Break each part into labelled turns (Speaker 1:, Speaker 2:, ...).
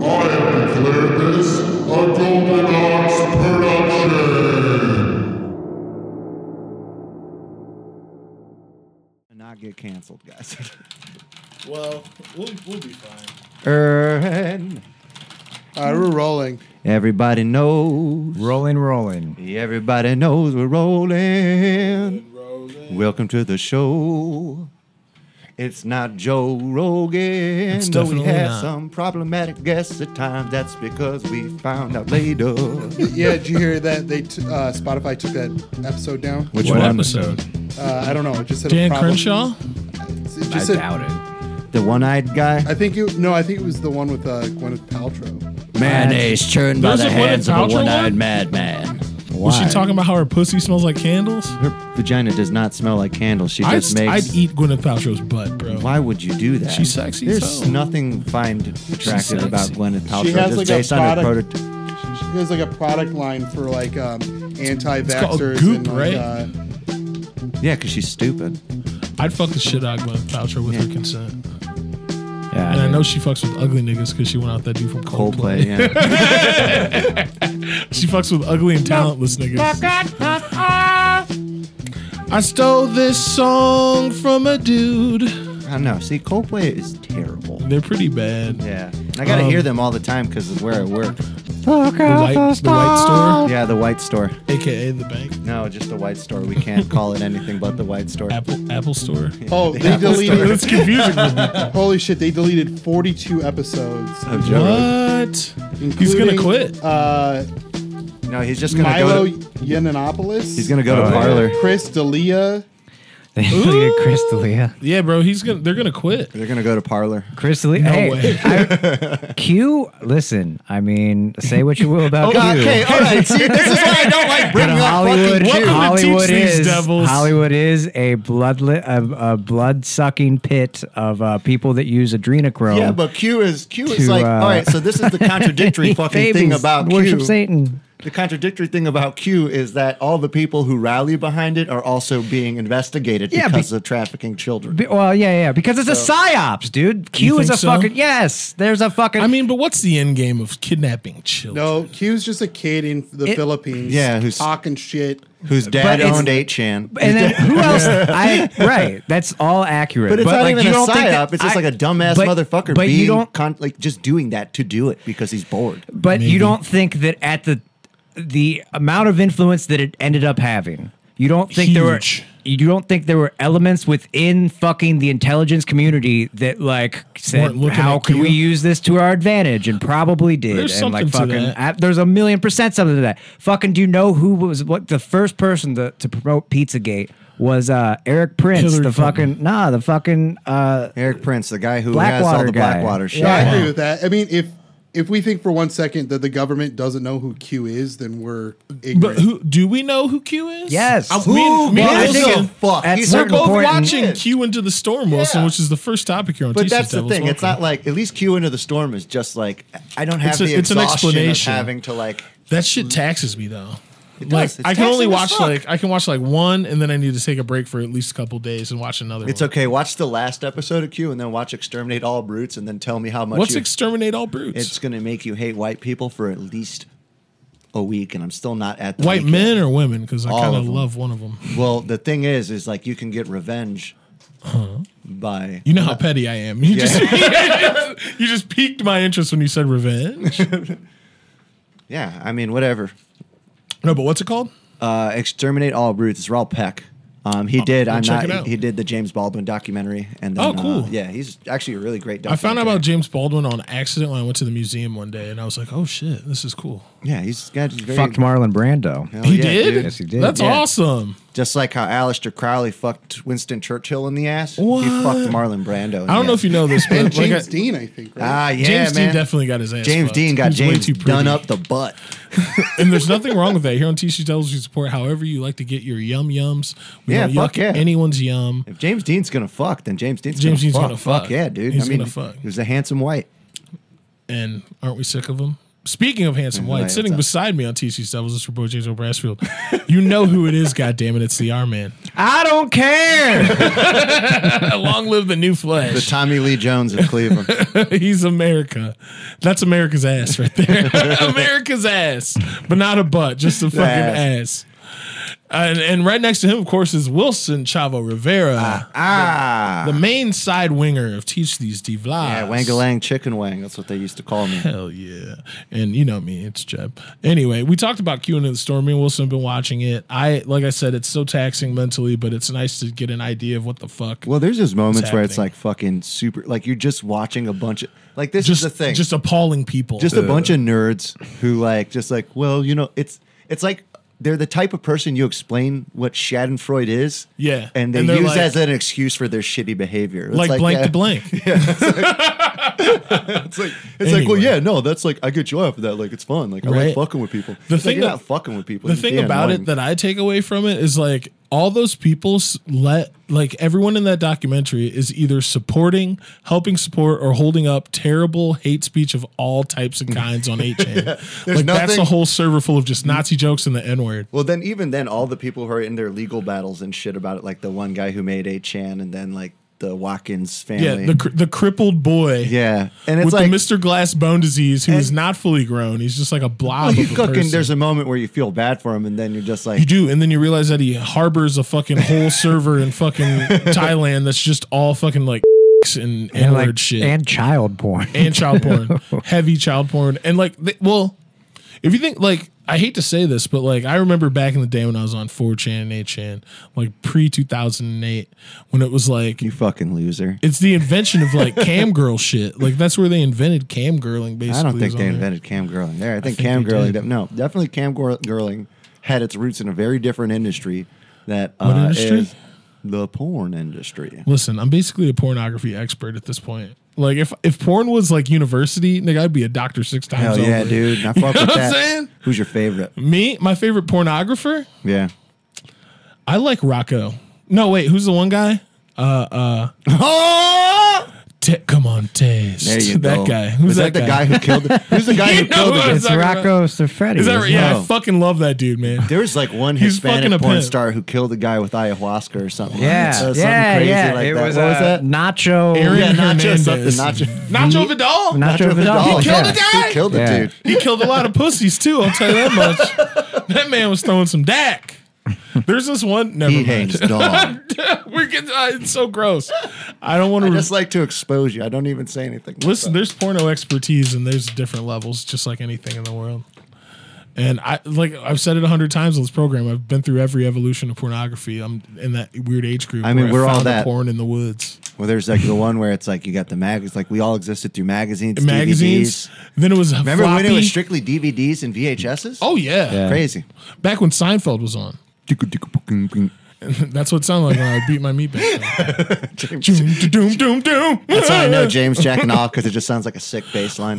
Speaker 1: I have declared this a Golden Ox production.
Speaker 2: and not get canceled, guys.
Speaker 3: Well, we'll, we'll be fine.
Speaker 2: Erwin,
Speaker 4: All right, we're rolling.
Speaker 2: everybody knows.
Speaker 5: Rolling, rolling.
Speaker 2: Everybody knows we're rolling. Welcome to the show. It's not Joe Rogan.
Speaker 5: It's
Speaker 2: Though we
Speaker 5: definitely
Speaker 2: had
Speaker 5: not.
Speaker 2: some problematic guests at times, that's because we found out later.
Speaker 4: Yeah, did you hear that? They t- uh, Spotify took that episode down.
Speaker 2: Which
Speaker 6: What episode?
Speaker 4: Uh, I don't know. It just said a
Speaker 6: Dan
Speaker 4: problem.
Speaker 6: Crenshaw?
Speaker 4: It
Speaker 5: I
Speaker 4: just said,
Speaker 5: doubt it.
Speaker 2: The one eyed guy?
Speaker 4: I think it. No, I think it was the one with uh, Gwyneth Paltrow.
Speaker 7: Mayonnaise churned by
Speaker 6: There's
Speaker 7: the
Speaker 6: a
Speaker 7: hands of
Speaker 6: Gwyneth
Speaker 7: a
Speaker 6: Paltrow
Speaker 7: one-eyed
Speaker 6: one?
Speaker 7: madman.
Speaker 6: Was
Speaker 2: Why?
Speaker 6: she talking about how her pussy smells like candles?
Speaker 2: Her vagina does not smell like candles. She
Speaker 6: I'd,
Speaker 2: just makes.
Speaker 6: I'd eat Gwyneth Paltrow's butt, bro.
Speaker 2: Why would you do that?
Speaker 6: She's sexy as
Speaker 2: There's
Speaker 6: hell.
Speaker 2: nothing find attractive
Speaker 6: sexy.
Speaker 2: about Gwyneth Paltrow just
Speaker 4: has, like, a
Speaker 2: based on her
Speaker 4: product-
Speaker 2: prototype.
Speaker 4: There's like a product line for like um,
Speaker 6: called
Speaker 4: anti-vaxxers
Speaker 6: Goop,
Speaker 4: and like,
Speaker 6: right?
Speaker 4: uh,
Speaker 2: Yeah, because she's stupid.
Speaker 6: I'd fuck the shit out of Gwyneth Paltrow with her consent.
Speaker 5: Yeah.
Speaker 6: And I know she fucks with ugly niggas because she went out that dude from Coldplay.
Speaker 2: Coldplay. Yeah.
Speaker 6: She fucks with ugly and talentless niggas. I stole this song from a dude.
Speaker 2: I don't know. See, Coldplay is terrible.
Speaker 6: They're pretty bad.
Speaker 2: Yeah, and I gotta
Speaker 6: Um,
Speaker 2: hear them all the time because of where I work.
Speaker 6: The white, the white store,
Speaker 2: Yeah, the White Store.
Speaker 6: aka the bank,
Speaker 2: No, just the White Store. We can't call it anything but the White Store.
Speaker 6: Apple, Apple store.
Speaker 4: oh, they deleted.
Speaker 6: It's confusing. for me.
Speaker 4: holy shit! They deleted 42 episodes.
Speaker 2: Of Joe Rogan.
Speaker 6: what? He's gonna
Speaker 4: including,
Speaker 6: quit.
Speaker 4: Uh,
Speaker 2: No, he's just gonna
Speaker 4: Milo
Speaker 2: go. To,
Speaker 4: Yiannopoulos.
Speaker 2: he's gonna go to
Speaker 5: Oh, yeah.
Speaker 2: parlor.
Speaker 4: Chris D'Elia.
Speaker 5: Look at Chris D'Elia.
Speaker 6: Yeah, bro. He's gonna. They're gonna quit.
Speaker 2: They're gonna go to parlor.
Speaker 5: Chris D'Elia.
Speaker 6: No
Speaker 5: hey,
Speaker 6: way.
Speaker 5: I- Q, listen, I mean, say what you will
Speaker 2: Oh,
Speaker 5: about Q.
Speaker 2: all right. See, this is why I don't like
Speaker 5: But Hollywood,
Speaker 6: Welcome to
Speaker 5: Hollywood
Speaker 6: Teach These
Speaker 5: is
Speaker 6: Devils.
Speaker 5: Hollywood is a bloodlet, a, a blood sucking pit of uh, people that use adrenochrome.
Speaker 2: Yeah, but Q is Q is
Speaker 5: To,
Speaker 2: like
Speaker 5: uh,
Speaker 2: all right. So this is the contradictory fucking thing
Speaker 5: Babies,
Speaker 2: about
Speaker 5: worship
Speaker 2: Q.
Speaker 5: Satan.
Speaker 2: The contradictory thing about Q is that all the people who rally behind it are also being investigated
Speaker 5: Yeah,
Speaker 2: because
Speaker 5: be-
Speaker 2: of trafficking children.
Speaker 5: Be- well, yeah, yeah, because it's a psyops, dude. Q is
Speaker 6: think
Speaker 5: a
Speaker 6: so?
Speaker 5: fucking yes. There's a fucking.
Speaker 6: I mean, but what's the end game of kidnapping children?
Speaker 4: No, Q's just a kid in the
Speaker 5: It-
Speaker 4: Philippines.
Speaker 2: Yeah, who's-
Speaker 4: talking shit.
Speaker 2: whose dad
Speaker 5: But it's-
Speaker 2: owned 8chan.
Speaker 5: and then who else? I right. That's all accurate.
Speaker 2: But it's not
Speaker 5: like,
Speaker 2: even
Speaker 5: you
Speaker 2: a
Speaker 5: don't think
Speaker 2: psyop.
Speaker 5: that-
Speaker 2: It's just
Speaker 5: I-
Speaker 2: like a dumbass
Speaker 5: but-
Speaker 2: motherfucker
Speaker 5: But
Speaker 2: being
Speaker 5: you don't.
Speaker 2: con- like just doing that to do it because he's bored.
Speaker 5: But
Speaker 6: Maybe.
Speaker 5: you don't think that at the the amount of influence that it ended up having, you don't think there were
Speaker 6: Huge.
Speaker 5: you don't think there were elements within fucking the intelligence community that like said
Speaker 6: Weren't looking
Speaker 5: how
Speaker 6: at
Speaker 5: could we
Speaker 6: you?"
Speaker 5: use this to our advantage and probably did
Speaker 6: There's
Speaker 5: and like
Speaker 6: something to
Speaker 5: fucking
Speaker 6: that.
Speaker 5: I- there's a million percent something to that fucking do you know who was what the first person to, to promote Pizzagate was uh Eric Prince
Speaker 6: Hillary
Speaker 5: the
Speaker 6: Clinton.
Speaker 5: fucking nah the fucking uh
Speaker 2: Eric Prince, the guy who has all
Speaker 5: Blackwater
Speaker 2: the
Speaker 5: guy.
Speaker 2: Blackwater shit.
Speaker 4: Yeah, I
Speaker 5: Yeah.
Speaker 4: agree with that. I mean, if if we think for one second that the government doesn't know who Q is, then we're ignorant.
Speaker 6: But who do we know who Q is?
Speaker 5: Yes.
Speaker 2: Uh,
Speaker 6: I'm,
Speaker 5: Who
Speaker 6: me and- me and
Speaker 5: I
Speaker 2: gives
Speaker 5: think
Speaker 6: Wilson,
Speaker 2: a fuck?
Speaker 5: at
Speaker 2: He's
Speaker 6: we're
Speaker 5: certain
Speaker 6: both
Speaker 5: point in-
Speaker 6: watching Q into the storm, Wilson,
Speaker 2: Yeah.
Speaker 6: which is the first topic here on
Speaker 2: But
Speaker 6: Teach
Speaker 2: that's
Speaker 6: These
Speaker 2: the thing.
Speaker 6: Devils.
Speaker 2: It's not like at least Q into the storm is just like I don't have
Speaker 6: It's a-
Speaker 2: the
Speaker 6: it's an
Speaker 2: exhaustion
Speaker 6: explanation.
Speaker 2: of having to like.
Speaker 6: that shit taxes me though.
Speaker 2: It
Speaker 6: Like
Speaker 2: does. It's
Speaker 6: I can only
Speaker 2: taxing as
Speaker 6: watch
Speaker 2: fuck.
Speaker 6: like I can watch like one, and then I need to take a break for at least a couple days and watch another.
Speaker 2: It's
Speaker 6: one.
Speaker 2: okay. Watch the last episode of Q and then watch Exterminate All Brutes and then tell me how much
Speaker 6: What's
Speaker 2: you,
Speaker 6: exterminate all brutes?
Speaker 2: it's going to make you hate white people for at least a week. And I'm still not at the
Speaker 6: White
Speaker 2: week yet.
Speaker 6: men or women? Because I
Speaker 2: All
Speaker 6: kind
Speaker 2: of
Speaker 6: of
Speaker 2: them.
Speaker 6: love one of them.
Speaker 2: Well, the thing is, is like you can get revenge by
Speaker 6: You know how petty I am. You just you just piqued my interest when you said revenge.
Speaker 2: yeah. I mean, whatever.
Speaker 6: No, but what's it called?
Speaker 2: Uh, Exterminate all brutes. It's Raul Peck. Um, he did.
Speaker 6: I'll
Speaker 2: I'm
Speaker 6: Oh, check it
Speaker 2: not.
Speaker 6: out.
Speaker 2: He did the James Baldwin documentary, and then,
Speaker 6: Oh,
Speaker 2: uh,
Speaker 6: cool.
Speaker 2: yeah, he's actually a really great.
Speaker 6: I found out
Speaker 2: documentary.
Speaker 6: about James Baldwin on accident when I went to the museum one day, and I was like, "Oh shit, this is cool."
Speaker 2: Yeah, he's got he's very,
Speaker 5: fucked Marlon Brando.
Speaker 2: Hell Oh,
Speaker 6: He
Speaker 2: yeah,
Speaker 6: did?
Speaker 2: dude.
Speaker 5: Yes, he did.
Speaker 6: That's
Speaker 2: Yeah.
Speaker 6: awesome.
Speaker 2: Just like how Aleister Crowley fucked Winston Churchill in the ass.
Speaker 6: What?
Speaker 2: He fucked Marlon Brando.
Speaker 6: I don't know if you know this, but
Speaker 4: and
Speaker 6: like uh,
Speaker 4: James
Speaker 6: I-
Speaker 4: Dean, I think. Right?
Speaker 2: Ah, yeah,
Speaker 6: James
Speaker 2: man.
Speaker 6: Dean definitely got his ass.
Speaker 2: James
Speaker 6: fucked.
Speaker 2: Dean
Speaker 6: He
Speaker 2: got
Speaker 6: was way
Speaker 2: James
Speaker 6: too pretty.
Speaker 2: done up the butt.
Speaker 6: and there's nothing wrong with that. Here on TC Devils, we support however you like to get your yum yums. We
Speaker 2: Yeah,
Speaker 6: don't
Speaker 2: fuck
Speaker 6: yuck
Speaker 2: yeah.
Speaker 6: anyone's yum.
Speaker 2: If James Dean's gonna fuck, then James Dean's
Speaker 6: James
Speaker 2: gonna,
Speaker 6: Dean's
Speaker 2: fuck.
Speaker 6: gonna fuck.
Speaker 2: yeah, dude.
Speaker 6: He's
Speaker 2: I mean,
Speaker 6: gonna fuck.
Speaker 2: he was a handsome white.
Speaker 6: And aren't we sick of them? Speaking of handsome
Speaker 2: my
Speaker 6: white,
Speaker 2: hands
Speaker 6: sitting
Speaker 2: Mm-hmm. up.
Speaker 6: beside me on TC Styles is Robo James Brassfield. You know who it is, goddammit. It's the R Man.
Speaker 5: I don't care.
Speaker 6: Long live the new flesh.
Speaker 2: The Tommy Lee Jones of Cleveland.
Speaker 6: He's America. That's America's ass right there. America's ass, but not a butt, just a fucking ass.
Speaker 2: ass.
Speaker 6: And, and right next to him, of course, is Wilson Chavo Rivera,
Speaker 2: ah.
Speaker 6: the main side winger of Teach These D Vlogs.
Speaker 2: yeah, Wangalang Chicken Wang. That's what they used to call me.
Speaker 6: Hell yeah. And you know me, it's Jeb. Anyway, we talked about Q into the Storm. Me and Wilson have been watching it. I like I said, it's so taxing mentally, but it's nice to get an idea of what the fuck.
Speaker 2: Well, there's just moments where it's
Speaker 6: happening?
Speaker 2: like fucking super. Like you're just watching a bunch of like this
Speaker 6: just
Speaker 2: is the thing.
Speaker 6: Just appalling people.
Speaker 2: just a bunch of nerds who like just like well you know it's it's like they're the type of person you explain what Schadenfreude is
Speaker 6: Yeah.
Speaker 2: and they
Speaker 6: And they're
Speaker 2: use
Speaker 6: like-
Speaker 2: as an excuse for their shitty behavior it's
Speaker 6: like, blank
Speaker 2: yeah,
Speaker 6: to blank.
Speaker 2: it's like it's like well
Speaker 6: Anyway.
Speaker 2: yeah no that's like I get joy off of that like it's fun like I
Speaker 6: Right.
Speaker 2: like fucking with people
Speaker 6: The
Speaker 2: It's like,
Speaker 6: thing
Speaker 2: you're
Speaker 6: that-
Speaker 2: not fucking with people
Speaker 6: the
Speaker 2: You're
Speaker 6: thing
Speaker 2: being
Speaker 6: about
Speaker 2: annoying.
Speaker 6: it that I take away from it is like all those people s- let like everyone in that documentary is either supporting, helping support, or holding up terrible hate speech of all types and kinds on 8chan. like that's
Speaker 2: nothing-
Speaker 6: a whole server full of just Nazi jokes and the N word.
Speaker 2: Well, then even then, all the people who are in their legal battles and shit about it, like the one guy who made a Chan, and then like the Watkins
Speaker 6: Yeah,
Speaker 2: family.
Speaker 6: the cr- the crippled boy.
Speaker 2: yeah, and it's
Speaker 6: With
Speaker 2: like
Speaker 6: the Mr. Glass bone disease, who
Speaker 2: And-
Speaker 6: is not fully grown, he's just like a blob.
Speaker 2: well, you
Speaker 6: of a
Speaker 2: fucking.
Speaker 6: person.
Speaker 2: There's a moment where you feel bad for him, and then you're just like,
Speaker 6: You do, and then you realize that he harbors a fucking whole server in fucking Thailand that's just all fucking like and
Speaker 5: and
Speaker 6: N
Speaker 5: like
Speaker 6: word shit
Speaker 5: and child porn.
Speaker 6: and child porn, heavy child porn, and like they, well, if you think like I hate to say this, but like I remember back in the day when I was on 4chan and 8chan, like pre 2008, when it was like
Speaker 2: you fucking loser.
Speaker 6: it's the invention of like cam girl shit. Like that's where they invented cam girling. Basically,
Speaker 2: I don't think
Speaker 6: is
Speaker 2: they
Speaker 6: on there.
Speaker 2: invented cam girling there. I think,
Speaker 6: think
Speaker 2: cam
Speaker 6: they
Speaker 2: girling.
Speaker 6: did.
Speaker 2: No, definitely cam gir- girling had its roots in a very different industry. That uh,
Speaker 6: industry?
Speaker 2: is the porn industry.
Speaker 6: Listen, I'm basically a pornography expert at this point. Like if if porn was like university, nigga, I'd be a doctor six times.
Speaker 2: Hell yeah,
Speaker 6: over.
Speaker 2: dude! I fuck
Speaker 6: You
Speaker 2: with
Speaker 6: know what I'm
Speaker 2: that.
Speaker 6: saying?
Speaker 2: Who's your favorite?
Speaker 6: Me, my favorite pornographer,
Speaker 2: Yeah.
Speaker 6: I like Rocco. No, wait, who's the one guy? Te- come on, taste.
Speaker 2: There you
Speaker 6: that
Speaker 2: go.
Speaker 6: guy. Who's
Speaker 2: Is that, the guy who killed? The, who's the guy
Speaker 6: You
Speaker 2: who
Speaker 6: know
Speaker 2: killed?
Speaker 6: who
Speaker 2: The,
Speaker 6: I'm
Speaker 5: it's
Speaker 6: talking
Speaker 5: Rocco Siffredi.
Speaker 6: Is that
Speaker 5: isn't
Speaker 6: right?
Speaker 5: it?
Speaker 6: Yeah,
Speaker 2: No.
Speaker 6: I fucking love that dude, man.
Speaker 2: there was like one
Speaker 6: He's fucking a
Speaker 2: Hispanic porn
Speaker 6: pimp.
Speaker 2: star who killed a guy with ayahuasca or something.
Speaker 5: Yeah,
Speaker 2: So something
Speaker 5: yeah,
Speaker 2: crazy
Speaker 5: yeah.
Speaker 2: Like
Speaker 5: it
Speaker 2: that.
Speaker 5: was,
Speaker 2: what was
Speaker 5: uh,
Speaker 2: that?
Speaker 5: Nacho.
Speaker 6: Aaron
Speaker 2: yeah, Nacho
Speaker 6: Hernandez.
Speaker 2: something. Nacho.
Speaker 6: Nacho Vidal.
Speaker 5: Nacho Vidal. Oh,
Speaker 2: Vidal.
Speaker 5: He killed a
Speaker 2: Yeah.
Speaker 6: guy?
Speaker 2: He killed
Speaker 5: Yeah.
Speaker 2: a dude.
Speaker 6: He killed a lot of pussies too. I'll tell you that much. that man was throwing some dack. There's this one. Never
Speaker 2: He
Speaker 6: mind.
Speaker 2: hangs dog.
Speaker 6: We're getting. Uh, it's so gross. I don't want
Speaker 2: I
Speaker 6: to.
Speaker 2: just like to expose you. I don't even say anything.
Speaker 6: Listen, there's porno expertise and there's different levels, just like anything in the world. And I like I've said it a hundred times on this program. I've been through every evolution of pornography. I'm in that weird age group.
Speaker 2: I mean,
Speaker 6: where
Speaker 2: we're all
Speaker 6: found the
Speaker 2: that.
Speaker 6: porn in the woods,
Speaker 2: Well, there's like the one where it's like you got the mag. It's like we all existed through magazines,
Speaker 6: magazines.
Speaker 2: DVDs.
Speaker 6: Then it was
Speaker 2: Remember
Speaker 6: floppy.
Speaker 2: when it was strictly DVDs and VHSs?
Speaker 6: Oh yeah.
Speaker 2: crazy.
Speaker 6: back when Seinfeld was on. That's what it sounded like when I would beat my meat back. then. doom, doom, doom, doom.
Speaker 2: That's how I know James jacking off because it just sounds like a sick bass line.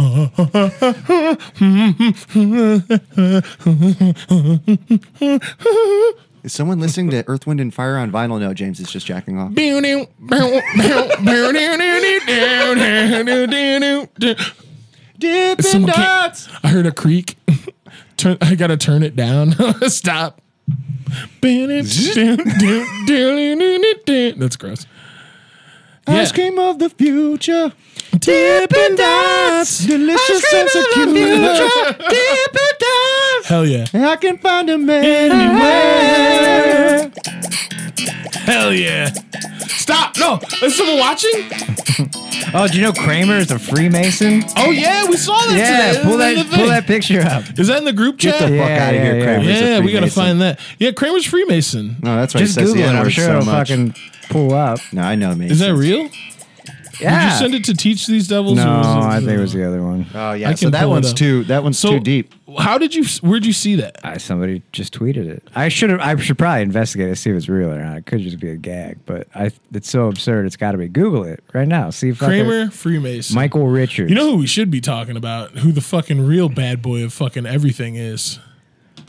Speaker 2: Is someone listening to Earth, Wind, and Fire on vinyl? No, James is just jacking off. Dip
Speaker 6: Someone came- I heard a creak. Turn, I gotta turn it down. Stop. That's gross.
Speaker 2: Ice
Speaker 6: Yeah.
Speaker 2: cream of the future.
Speaker 6: Dippin' dots.
Speaker 2: Delicious sense of humor.
Speaker 6: Hell yeah.
Speaker 2: I can find a man.
Speaker 6: Hell yeah. Stop. No. Is someone watching?
Speaker 5: Oh, do you know Kramer is a Freemason?
Speaker 6: Oh yeah, we saw that
Speaker 5: Yeah,
Speaker 6: today.
Speaker 5: pull
Speaker 6: Isn't
Speaker 5: that
Speaker 6: the
Speaker 5: pull
Speaker 6: thing?
Speaker 5: that picture up.
Speaker 6: Is that in the group
Speaker 2: Get the
Speaker 6: chat?
Speaker 2: fuck
Speaker 5: Yeah,
Speaker 2: out of here,
Speaker 5: yeah,
Speaker 2: Kramer's a
Speaker 6: Yeah, we gotta
Speaker 2: Freemason.
Speaker 6: find that. Yeah, Kramer's Freemason.
Speaker 2: No, that's why
Speaker 5: Just
Speaker 2: he says
Speaker 5: Google
Speaker 2: the
Speaker 5: it. I'm
Speaker 2: N-word
Speaker 5: sure
Speaker 2: so
Speaker 5: it'll
Speaker 2: much.
Speaker 5: fucking pull up.
Speaker 2: No, I know, Mason.
Speaker 6: Is that real? Did you
Speaker 5: Yeah.
Speaker 6: send it to teach these devils?
Speaker 5: no,
Speaker 6: or was
Speaker 5: I think it was the other one.
Speaker 2: Oh
Speaker 6: I
Speaker 2: yeah. So
Speaker 6: can
Speaker 2: that
Speaker 6: pull it
Speaker 2: one's
Speaker 6: up.
Speaker 2: too. That one's
Speaker 6: So
Speaker 2: too deep.
Speaker 6: How did you? Where'd you see that?
Speaker 5: I, Ah, somebody just tweeted it. I should have. I should probably investigate it, see if it's real or not. It could just be a gag, but I. It's so absurd. It's got to be. Google it right now. See if
Speaker 6: Kramer
Speaker 5: fucking
Speaker 6: Freemason.
Speaker 5: Michael Richards.
Speaker 6: You know who we should be talking about? Who the fucking real bad boy of fucking everything is?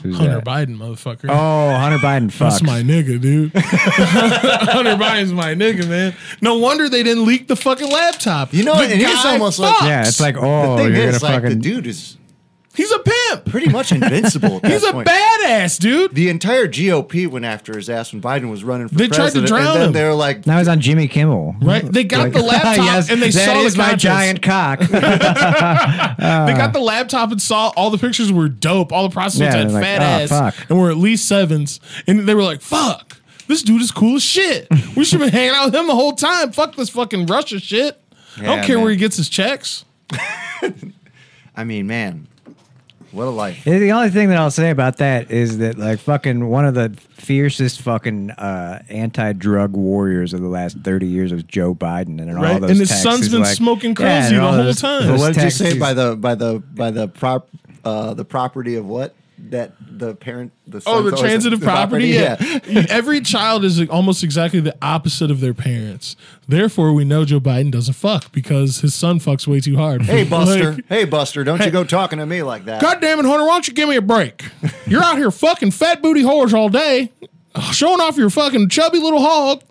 Speaker 5: Who's
Speaker 6: Hunter
Speaker 5: that?
Speaker 6: Biden, motherfucker.
Speaker 5: Oh, Hunter Biden. Fucks.
Speaker 6: That's my nigga, dude. Hunter Biden's my nigga, man. No wonder they didn't leak the fucking laptop.
Speaker 2: You know,
Speaker 6: The
Speaker 2: and here's
Speaker 6: guy
Speaker 2: almost like-
Speaker 6: fucks.
Speaker 5: Yeah, it's like oh,
Speaker 2: the thing
Speaker 5: you're
Speaker 2: is,
Speaker 5: gonna
Speaker 2: like, the
Speaker 5: fucking.
Speaker 2: dude is
Speaker 6: He's a pimp.
Speaker 2: pretty much invincible. At
Speaker 6: He's
Speaker 2: that
Speaker 6: a
Speaker 2: point.
Speaker 6: badass, dude.
Speaker 2: The entire GOP went after his ass when Biden was running for
Speaker 6: They tried to
Speaker 2: president.
Speaker 6: drown
Speaker 2: and then
Speaker 6: him.
Speaker 2: They were like,
Speaker 5: Now he's on Jimmy Kimmel.
Speaker 6: Right? They got the laptop and they
Speaker 5: that
Speaker 6: saw the
Speaker 5: is my
Speaker 6: contest.
Speaker 5: giant cock.
Speaker 6: they got the laptop and saw all the pictures were dope. All the prostitutes
Speaker 5: Yeah,
Speaker 6: had
Speaker 5: they're like,
Speaker 6: fat
Speaker 5: "Oh,
Speaker 6: ass
Speaker 5: fuck."
Speaker 6: and were at least sevens. And they were like, fuck, this dude is cool as shit. We should have been hanging out with him the whole time. Fuck this fucking Russia shit. I
Speaker 2: Yeah,
Speaker 6: don't care
Speaker 2: man.
Speaker 6: where he gets his checks.
Speaker 2: I mean, man, what a life.
Speaker 5: Yeah, The only thing that I'll say about that is that like fucking one of the fiercest fucking uh, anti-drug warriors of the last thirty years was Joe Biden, and in all
Speaker 6: Right,
Speaker 5: those
Speaker 6: and his
Speaker 5: texts,
Speaker 6: son's
Speaker 5: he's
Speaker 6: been
Speaker 5: like-
Speaker 6: smoking
Speaker 5: Yeah, and
Speaker 6: Krusty the
Speaker 5: all
Speaker 6: whole
Speaker 5: those-
Speaker 6: time.
Speaker 5: those
Speaker 2: But what did you
Speaker 5: texts,
Speaker 2: say
Speaker 5: he's-
Speaker 2: by the by the by the prop uh, the property of what that the parent the
Speaker 6: Oh,
Speaker 2: son's
Speaker 6: the
Speaker 2: always-
Speaker 6: transitive
Speaker 2: the
Speaker 6: property. Yeah. Every child is almost exactly the opposite of their parents. Therefore, we know Joe Biden doesn't fuck because his son fucks way too hard.
Speaker 2: Hey Buster,
Speaker 6: Like,
Speaker 2: hey Buster, don't you go talking to me like that.
Speaker 6: God damn it, Hunter, why don't you give me a break? You're out here fucking fat booty whores all day, showing off your fucking chubby little hog,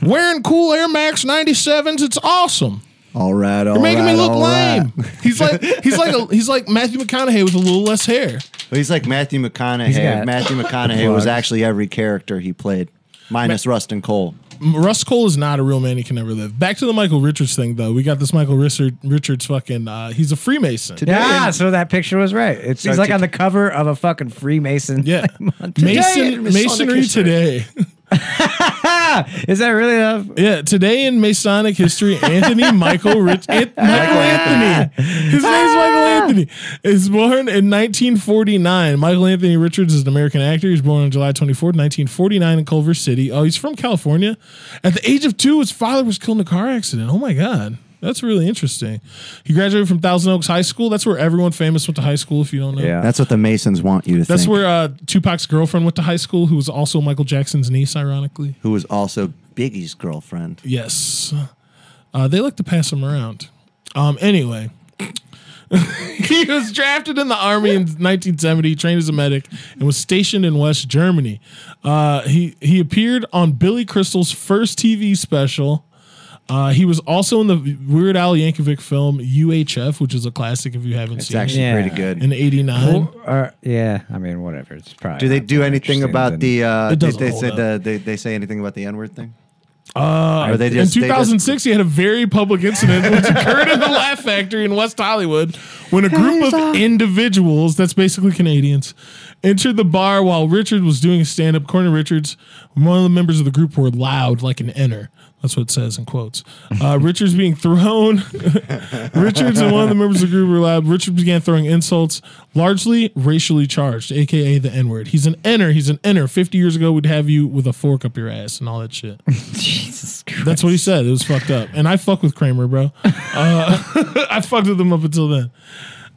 Speaker 6: wearing cool Air Max 97s. It's awesome.
Speaker 2: All right, all
Speaker 6: You're making me
Speaker 2: right,
Speaker 6: look
Speaker 2: all right.
Speaker 6: lame. He's like he's like a, he's like Matthew McConaughey with a little less hair.
Speaker 2: But he's like Matthew McConaughey.
Speaker 5: got-
Speaker 2: Matthew McConaughey was
Speaker 5: Plugs.
Speaker 2: actually every character he played, minus Rustin Cole.
Speaker 6: Russ Cole is not a real man. He can never live. Back to the Michael Richards thing, though. We got this Michael Richard, Richards fucking. Uh, he's a Freemason.
Speaker 5: Yeah, so that picture was right. It's he's like on the cover of a fucking Freemason.
Speaker 6: Yeah,
Speaker 2: Today
Speaker 6: Mason
Speaker 2: in Masonic
Speaker 6: Masonry
Speaker 2: history.
Speaker 6: today.
Speaker 5: is that really a
Speaker 6: Yeah, today in Masonic history, Anthony Michael Rich An- Michael Anthony. His name's Michael Anthony. Is born in 1949. Michael Anthony Richards is an American actor. He was born on July 24, 1949, in Culver City. Oh, he's from California. At the age of two, his father was killed in a car accident. Oh my god. That's really interesting. He graduated from Thousand Oaks High School. That's where everyone famous went to high school, if you don't know.
Speaker 5: Yeah.
Speaker 2: That's what the Masons want you to
Speaker 6: That's
Speaker 2: think.
Speaker 6: where uh, Tupac's girlfriend went to high school, who was also Michael Jackson's niece, ironically.
Speaker 2: who was also Biggie's girlfriend.
Speaker 6: Yes. Uh, they like to pass him around. Um, anyway, he was drafted in the army in 1970, trained as a medic, and was stationed in West Germany. Uh, he he appeared on Billy Crystal's first TV special. Uh, he was also in the Weird Al Yankovic film UHF, which is a classic if you haven't
Speaker 2: It's
Speaker 6: seen
Speaker 2: actually
Speaker 5: Yeah.
Speaker 2: pretty good.
Speaker 6: it. In '89,
Speaker 5: or, yeah, I mean whatever. It's probably
Speaker 2: do they
Speaker 5: not
Speaker 2: do
Speaker 5: that
Speaker 2: anything
Speaker 5: interesting
Speaker 2: about
Speaker 5: than-
Speaker 2: the? Uh,
Speaker 6: It
Speaker 2: they,
Speaker 6: doesn't
Speaker 2: they
Speaker 6: hold
Speaker 2: said
Speaker 6: up.
Speaker 2: the, they they say anything about the N word thing?
Speaker 6: uh,
Speaker 2: Or they just- they
Speaker 6: in
Speaker 2: just-
Speaker 6: 2006, he had a very public incident which occurred in the Laugh Factory in West Hollywood when a group of individuals, that's basically Canadians, entered the bar while Richard was doing stand up. According to Richards, one of the members of the group were loud like an enter. That's what it says in quotes. Uh, Richards being thrown. Richards and one of the members of the group were loud. Richard began throwing insults, largely racially charged, aka the N word. He's an enter. He's an enter. 50 years ago, we'd have you with a fork up your ass and all that shit.
Speaker 5: Jesus Christ.
Speaker 6: That's what he said. It was fucked up. And I fuck with Kramer, bro. Uh, I fucked with him up until then.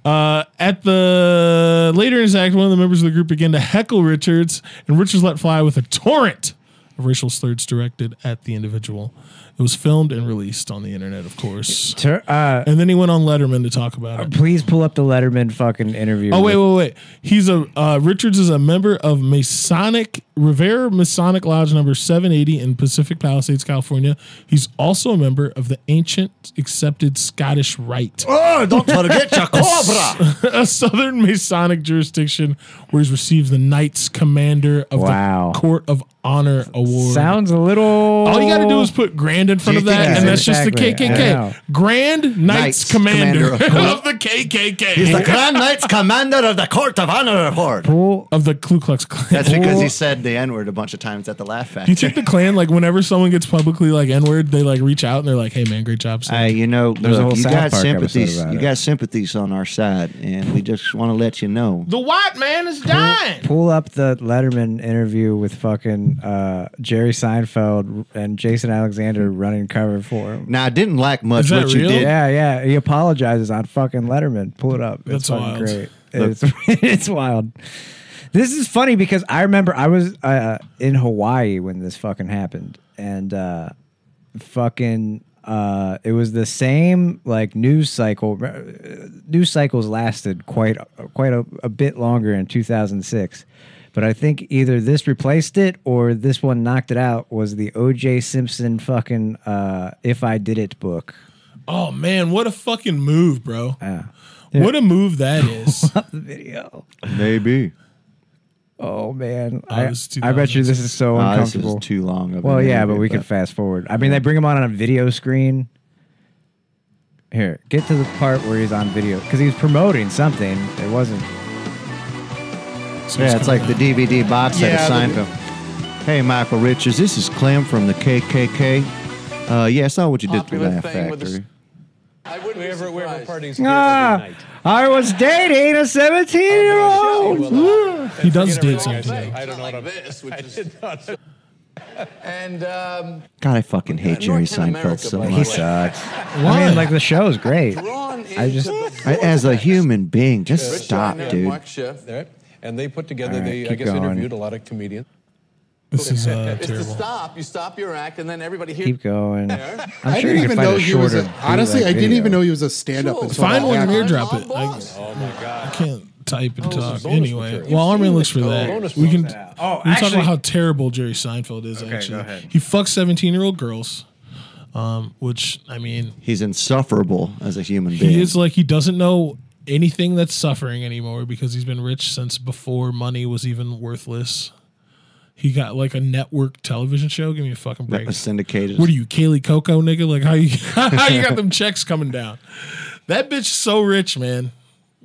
Speaker 6: Uh, at the later in his act, one of the members of the group began to heckle Richards, and Richards let fly with a torrent of racial slurs directed at the individual. It was filmed and released on the internet, of course.
Speaker 5: Tur- uh,
Speaker 6: And then he went on Letterman to talk about it.
Speaker 5: please pull up the Letterman fucking interview.
Speaker 6: Oh wait,
Speaker 5: with-
Speaker 6: wait, wait! He's a uh, Richards is a member of Masonic Rivera Masonic Lodge number seven eighty in Pacific Palisades, California. He's also a member of the ancient accepted Scottish Rite,
Speaker 2: Oh, don't forget your cobra.
Speaker 6: a Southern Masonic jurisdiction where he's received the Knights Commander of
Speaker 5: Wow.
Speaker 6: the Court of Honor Award.
Speaker 5: Sounds a little. All
Speaker 6: all you got to do is put grand in front
Speaker 2: Do
Speaker 6: of
Speaker 2: you
Speaker 6: that,
Speaker 2: think
Speaker 6: and that's
Speaker 2: he's
Speaker 6: just the
Speaker 5: exactly- I know.
Speaker 6: KKK. Grand Knights,
Speaker 2: Knights
Speaker 6: Commander,
Speaker 2: Commander of-
Speaker 6: of the KKK.
Speaker 2: He's the Grand Knights Commander of the Court of Honor Award.
Speaker 5: pull.
Speaker 6: of the Ku Klux Klan.
Speaker 2: That's because he said the N word a bunch of times at the Laugh
Speaker 6: Do
Speaker 2: Factory.
Speaker 6: you think the Klan, like, whenever someone gets publicly like N word, they like reach out and they're like, "Hey, man, great job." son."
Speaker 2: Hey, you know,
Speaker 5: There's a
Speaker 2: look,
Speaker 5: whole
Speaker 2: you
Speaker 5: South
Speaker 2: got
Speaker 5: Park episode
Speaker 2: sympathies.
Speaker 5: about
Speaker 2: You
Speaker 5: it.
Speaker 2: got sympathies on our side, and we just want to let you know.
Speaker 6: the white man is dying.
Speaker 5: Pull up the Letterman interview with fucking uh, Jerry Seinfeld and Jason Alexander running cover for him.
Speaker 2: Now, I didn't like
Speaker 6: Is
Speaker 2: much
Speaker 6: that
Speaker 2: what you
Speaker 6: real?
Speaker 2: did.
Speaker 5: Yeah, yeah. He apologizes on fucking Letterman. Pull it up.
Speaker 6: That's
Speaker 5: It's fucking
Speaker 6: wild.
Speaker 5: great. It's, it's wild. This is funny because I remember I was uh, in Hawaii when this fucking happened, and uh, fucking uh, it was the same like news cycle. Uh, News cycles lasted quite quite a, a bit longer in 2006. But I think either this replaced it or this one knocked it out was the O.J. Simpson fucking uh, "If I Did It" book.
Speaker 6: Oh man, what a fucking move, bro!
Speaker 5: Yeah.
Speaker 6: What a move that is.
Speaker 5: the video.
Speaker 2: Maybe.
Speaker 5: Oh man,
Speaker 6: Oh,
Speaker 5: I,
Speaker 6: this is too
Speaker 5: I bet you this is so
Speaker 2: Ah, this
Speaker 5: uncomfortable.
Speaker 2: is too long. Of
Speaker 5: well,
Speaker 2: an
Speaker 5: yeah,
Speaker 2: interview,
Speaker 5: but we can fast forward. I mean, they bring him on on a video screen. Here, get to the part where he's on video because he was promoting something. It wasn't.
Speaker 6: So
Speaker 2: Yeah, it's like the DVD box set
Speaker 4: Yeah,
Speaker 2: of
Speaker 4: the-
Speaker 2: Seinfeld. Hey, Michael Richards, this is Clem from the KKK. Uh, yeah, I saw what you did to
Speaker 7: Popular
Speaker 2: Laugh
Speaker 7: thing with the
Speaker 2: Factory.
Speaker 7: I wouldn't be
Speaker 8: Wherever, wherever
Speaker 7: surprised.
Speaker 8: parties
Speaker 5: Ah,
Speaker 8: every night.
Speaker 5: I was dating a seventeen-year-old.
Speaker 6: he does dance
Speaker 8: Forget everything
Speaker 6: something.
Speaker 8: I, said. I don't know what
Speaker 7: like
Speaker 8: I'm.
Speaker 7: this, which is and um,
Speaker 2: God, I fucking hate Jerry
Speaker 7: North
Speaker 2: Seinfeld
Speaker 7: America,
Speaker 2: so
Speaker 7: by the
Speaker 2: much.
Speaker 5: He
Speaker 7: way.
Speaker 5: sucks.
Speaker 6: Why?
Speaker 5: I mean, like the show's great.
Speaker 7: drawn into
Speaker 5: I just-
Speaker 7: the
Speaker 2: I- as a human being, just
Speaker 7: vortex
Speaker 2: stop,
Speaker 7: of
Speaker 2: dude.
Speaker 7: Mark Schiff.
Speaker 8: All right. And they put together
Speaker 5: All right,
Speaker 8: the. I
Speaker 5: keep
Speaker 8: guess
Speaker 5: going.
Speaker 8: interviewed a lot of comedians.
Speaker 6: this is uh,
Speaker 7: It's to
Speaker 6: terrible.
Speaker 7: stop. You stop your act, and then everybody hears.
Speaker 5: Keep going.
Speaker 4: I
Speaker 5: I'm sure
Speaker 4: didn't
Speaker 5: you can
Speaker 4: even
Speaker 5: find
Speaker 4: know
Speaker 5: a
Speaker 4: he was.
Speaker 5: shorter.
Speaker 4: A, honestly, I didn't even know he was a stand-up.
Speaker 7: Sure.
Speaker 4: until
Speaker 6: Find
Speaker 4: that
Speaker 6: one and
Speaker 4: happened.
Speaker 6: airdrop
Speaker 7: I'm
Speaker 6: it.
Speaker 7: boss.
Speaker 6: I,
Speaker 8: Oh my God.
Speaker 6: I can't type and
Speaker 8: this is
Speaker 6: talk.
Speaker 8: bonus
Speaker 6: Anyway,
Speaker 8: material.
Speaker 6: while Armin looks for
Speaker 8: Oh,
Speaker 6: that,
Speaker 8: bonus
Speaker 6: we can.
Speaker 8: material.
Speaker 5: Oh,
Speaker 6: we can talk
Speaker 5: actually-
Speaker 6: about how terrible Jerry Seinfeld is. actually,
Speaker 5: ahead.
Speaker 6: he fucks seventeen-year-old girls. Um, which I mean,
Speaker 2: He's insufferable as a human being.
Speaker 6: he is like he doesn't know anything that's suffering anymore because he's been rich since before money was even worthless. He got like a network television show. Give me a fucking
Speaker 2: that
Speaker 6: break.
Speaker 2: was syndicated.
Speaker 6: What are you, Kaylee Coco, nigga? Like how you how you got them checks coming down? That bitch so rich, man.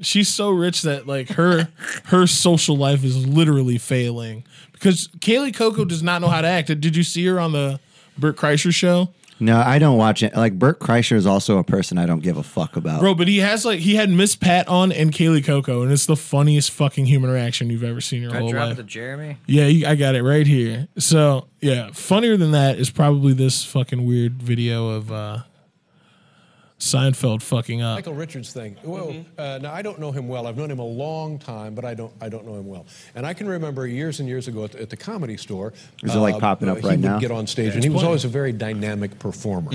Speaker 6: She's so rich that like her her social life is literally failing because Kaylee Coco does not know how to act. Did you see her on the Burt Kreischer show?
Speaker 2: no, I don't watch it. Like Bert Kreischer is also a person I don't give a fuck about.
Speaker 6: Bro, but he has like he had Miss Pat on and Kaylee Coco, and it's the funniest fucking human reaction you've ever seen in your whole life.
Speaker 5: Jeremy.
Speaker 6: yeah, you, I got it right here. So yeah, funnier than that is probably this fucking weird video of uh Seinfeld fucking up.
Speaker 8: Michael Richards thing. Well, uh, now I don't know him well. I've known him a long time, but I don't I don't know him well. And I can remember years and years ago at the, at the comedy store. uh,
Speaker 2: Is it, like, popping up
Speaker 8: he
Speaker 2: right
Speaker 8: would
Speaker 2: now?
Speaker 8: Get on stage, and he was always a very dynamic performer,